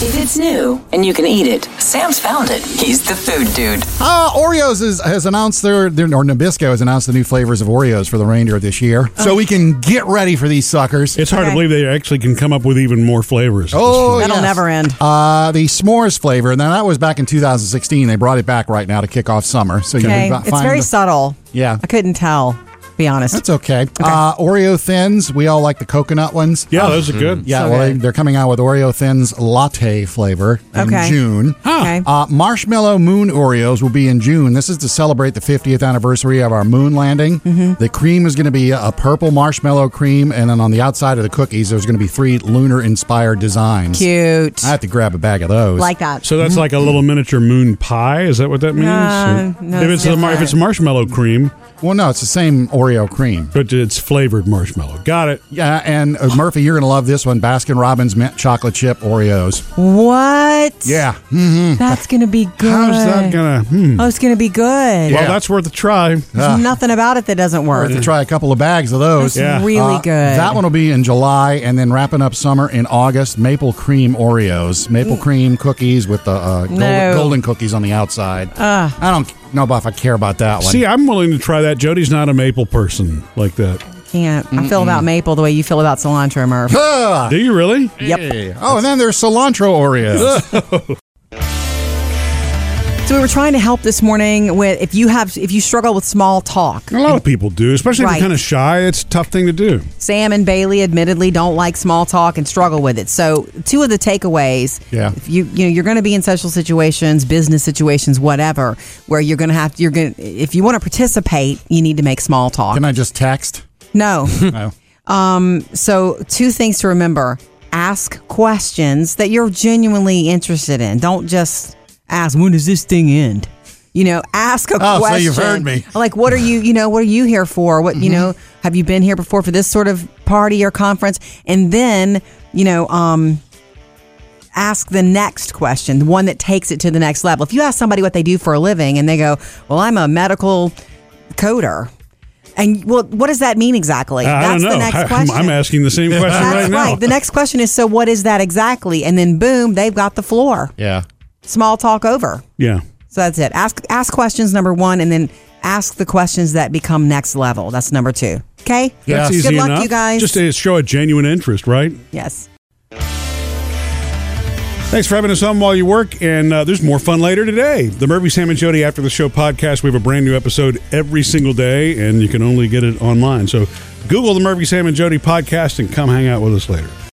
Speaker 4: If it's new and you can eat it, Sam's found it. He's the food dude.
Speaker 3: Uh, Oreos is, has announced their, their, or Nabisco has announced the new flavors of Oreos for the remainder of this year.
Speaker 2: Oh.
Speaker 3: So we can get ready for these suckers.
Speaker 1: It's hard to believe they actually can come up with even more flavors.
Speaker 3: Oh,
Speaker 2: That'll never end.
Speaker 3: Uh, the s'mores flavor. Now that was back in 2016. They brought it back right now to kick off summer. So you
Speaker 2: Okay,
Speaker 3: can
Speaker 2: it's very subtle.
Speaker 3: Yeah,
Speaker 2: I couldn't tell. Be honest.
Speaker 3: That's okay. Uh, Oreo thins. We all like the coconut ones. Uh,
Speaker 1: Yeah, those are good.
Speaker 3: Yeah,
Speaker 1: So
Speaker 3: well,
Speaker 1: good.
Speaker 3: They, they're coming out with Oreo thins latte flavor in
Speaker 1: Okay.
Speaker 3: June.
Speaker 2: Okay.
Speaker 3: Uh, Marshmallow Moon Oreos will be in June. This is to celebrate the 50th anniversary of our moon landing.
Speaker 2: Mm-hmm.
Speaker 3: The cream is going to be a purple marshmallow cream, and then on the outside of the cookies, there's going to be three lunar-inspired designs.
Speaker 2: Cute.
Speaker 3: I have to grab a bag of those.
Speaker 2: Like that.
Speaker 1: So that's like a little miniature moon pie. Is that what that means?
Speaker 2: No, no,
Speaker 1: if
Speaker 2: it's
Speaker 1: it's a, mar- if
Speaker 2: different.
Speaker 1: it's marshmallow cream,
Speaker 3: well, no, it's the same Oreo cream,
Speaker 1: but it's flavored marshmallow. Got it.
Speaker 3: Yeah, and uh, Murphy, you're going to love this one: Baskin Robbins mint chocolate chip Oreos.
Speaker 2: What?
Speaker 3: Yeah. Mm-hmm.
Speaker 2: That's gonna be good.
Speaker 1: How's that gonna? Hmm.
Speaker 2: Oh, it's gonna be good.
Speaker 1: Well, that's worth a try.
Speaker 2: There's nothing about it that doesn't work.
Speaker 3: Worth to try a couple of bags of those.
Speaker 2: That's Yeah. really good.
Speaker 3: Uh, That one will be in July, and then wrapping up summer in August. Maple cream Oreos, maple
Speaker 2: Mm.
Speaker 3: cream cookies with the uh, golden,
Speaker 1: No.
Speaker 3: golden cookies on the outside.
Speaker 1: Ah.
Speaker 3: I don't know if I care about that one.
Speaker 1: See, I'm willing to try that. Jody's not a maple person like that.
Speaker 2: Can't. I feel about maple the way you feel about cilantro, Murph.
Speaker 3: Ah.
Speaker 1: Do you really?
Speaker 2: Yep.
Speaker 3: oh, and then there's cilantro Oreos.
Speaker 2: So we were trying to help this morning with if you have if you struggle with small talk.
Speaker 1: A lot of people do, especially if
Speaker 2: Right.
Speaker 1: you're kind of shy. It's a tough thing to do.
Speaker 2: Sam and Bailey admittedly don't like small talk and struggle with it. So two of the takeaways
Speaker 1: Yeah.
Speaker 2: if you you know you're going to be in social situations, business situations, whatever, where you're going to have you're going to if you want to participate, you need to make small talk.
Speaker 3: Can I just text?
Speaker 2: No.
Speaker 3: No.
Speaker 2: Um, so two things to remember. Ask questions that you're genuinely interested in. Don't just ask when does this thing end? You know, ask a
Speaker 3: Oh, so
Speaker 2: question.
Speaker 3: you've heard me. Mm-hmm.
Speaker 2: Like what are you, you know, what are you here for? What, you know, have you been here before for this sort of party or conference? And then, you know, um ask the next question, the one that takes it to the next level. If you ask somebody what they do for a living and they go, "Well, I'm a medical coder." And well, what does that mean exactly?
Speaker 1: I
Speaker 2: That's
Speaker 1: don't know.
Speaker 2: the next
Speaker 1: I,
Speaker 2: question.
Speaker 1: am asking the same question
Speaker 2: That's
Speaker 1: right
Speaker 2: right,
Speaker 1: now.
Speaker 2: The next question is so what is that exactly? And then boom, they've got the floor.
Speaker 3: Yeah.
Speaker 2: Small talk over.
Speaker 1: Yeah.
Speaker 2: So that's it. Ask ask questions number 1 and then ask the questions that become next level. That's number 2. Okay?
Speaker 1: That's
Speaker 2: Good
Speaker 1: easy
Speaker 2: luck
Speaker 1: enough.
Speaker 2: you guys.
Speaker 1: Just to show a genuine interest, right?
Speaker 2: yes.
Speaker 1: Thanks for having us on while you work, and uh, there's more fun later today. The Murphy, Sam, and Jody After the Show podcast. We have a brand new episode every single day, and you can only get it online. So Google the Murphy, Sam, and Jody podcast and come hang out with us later.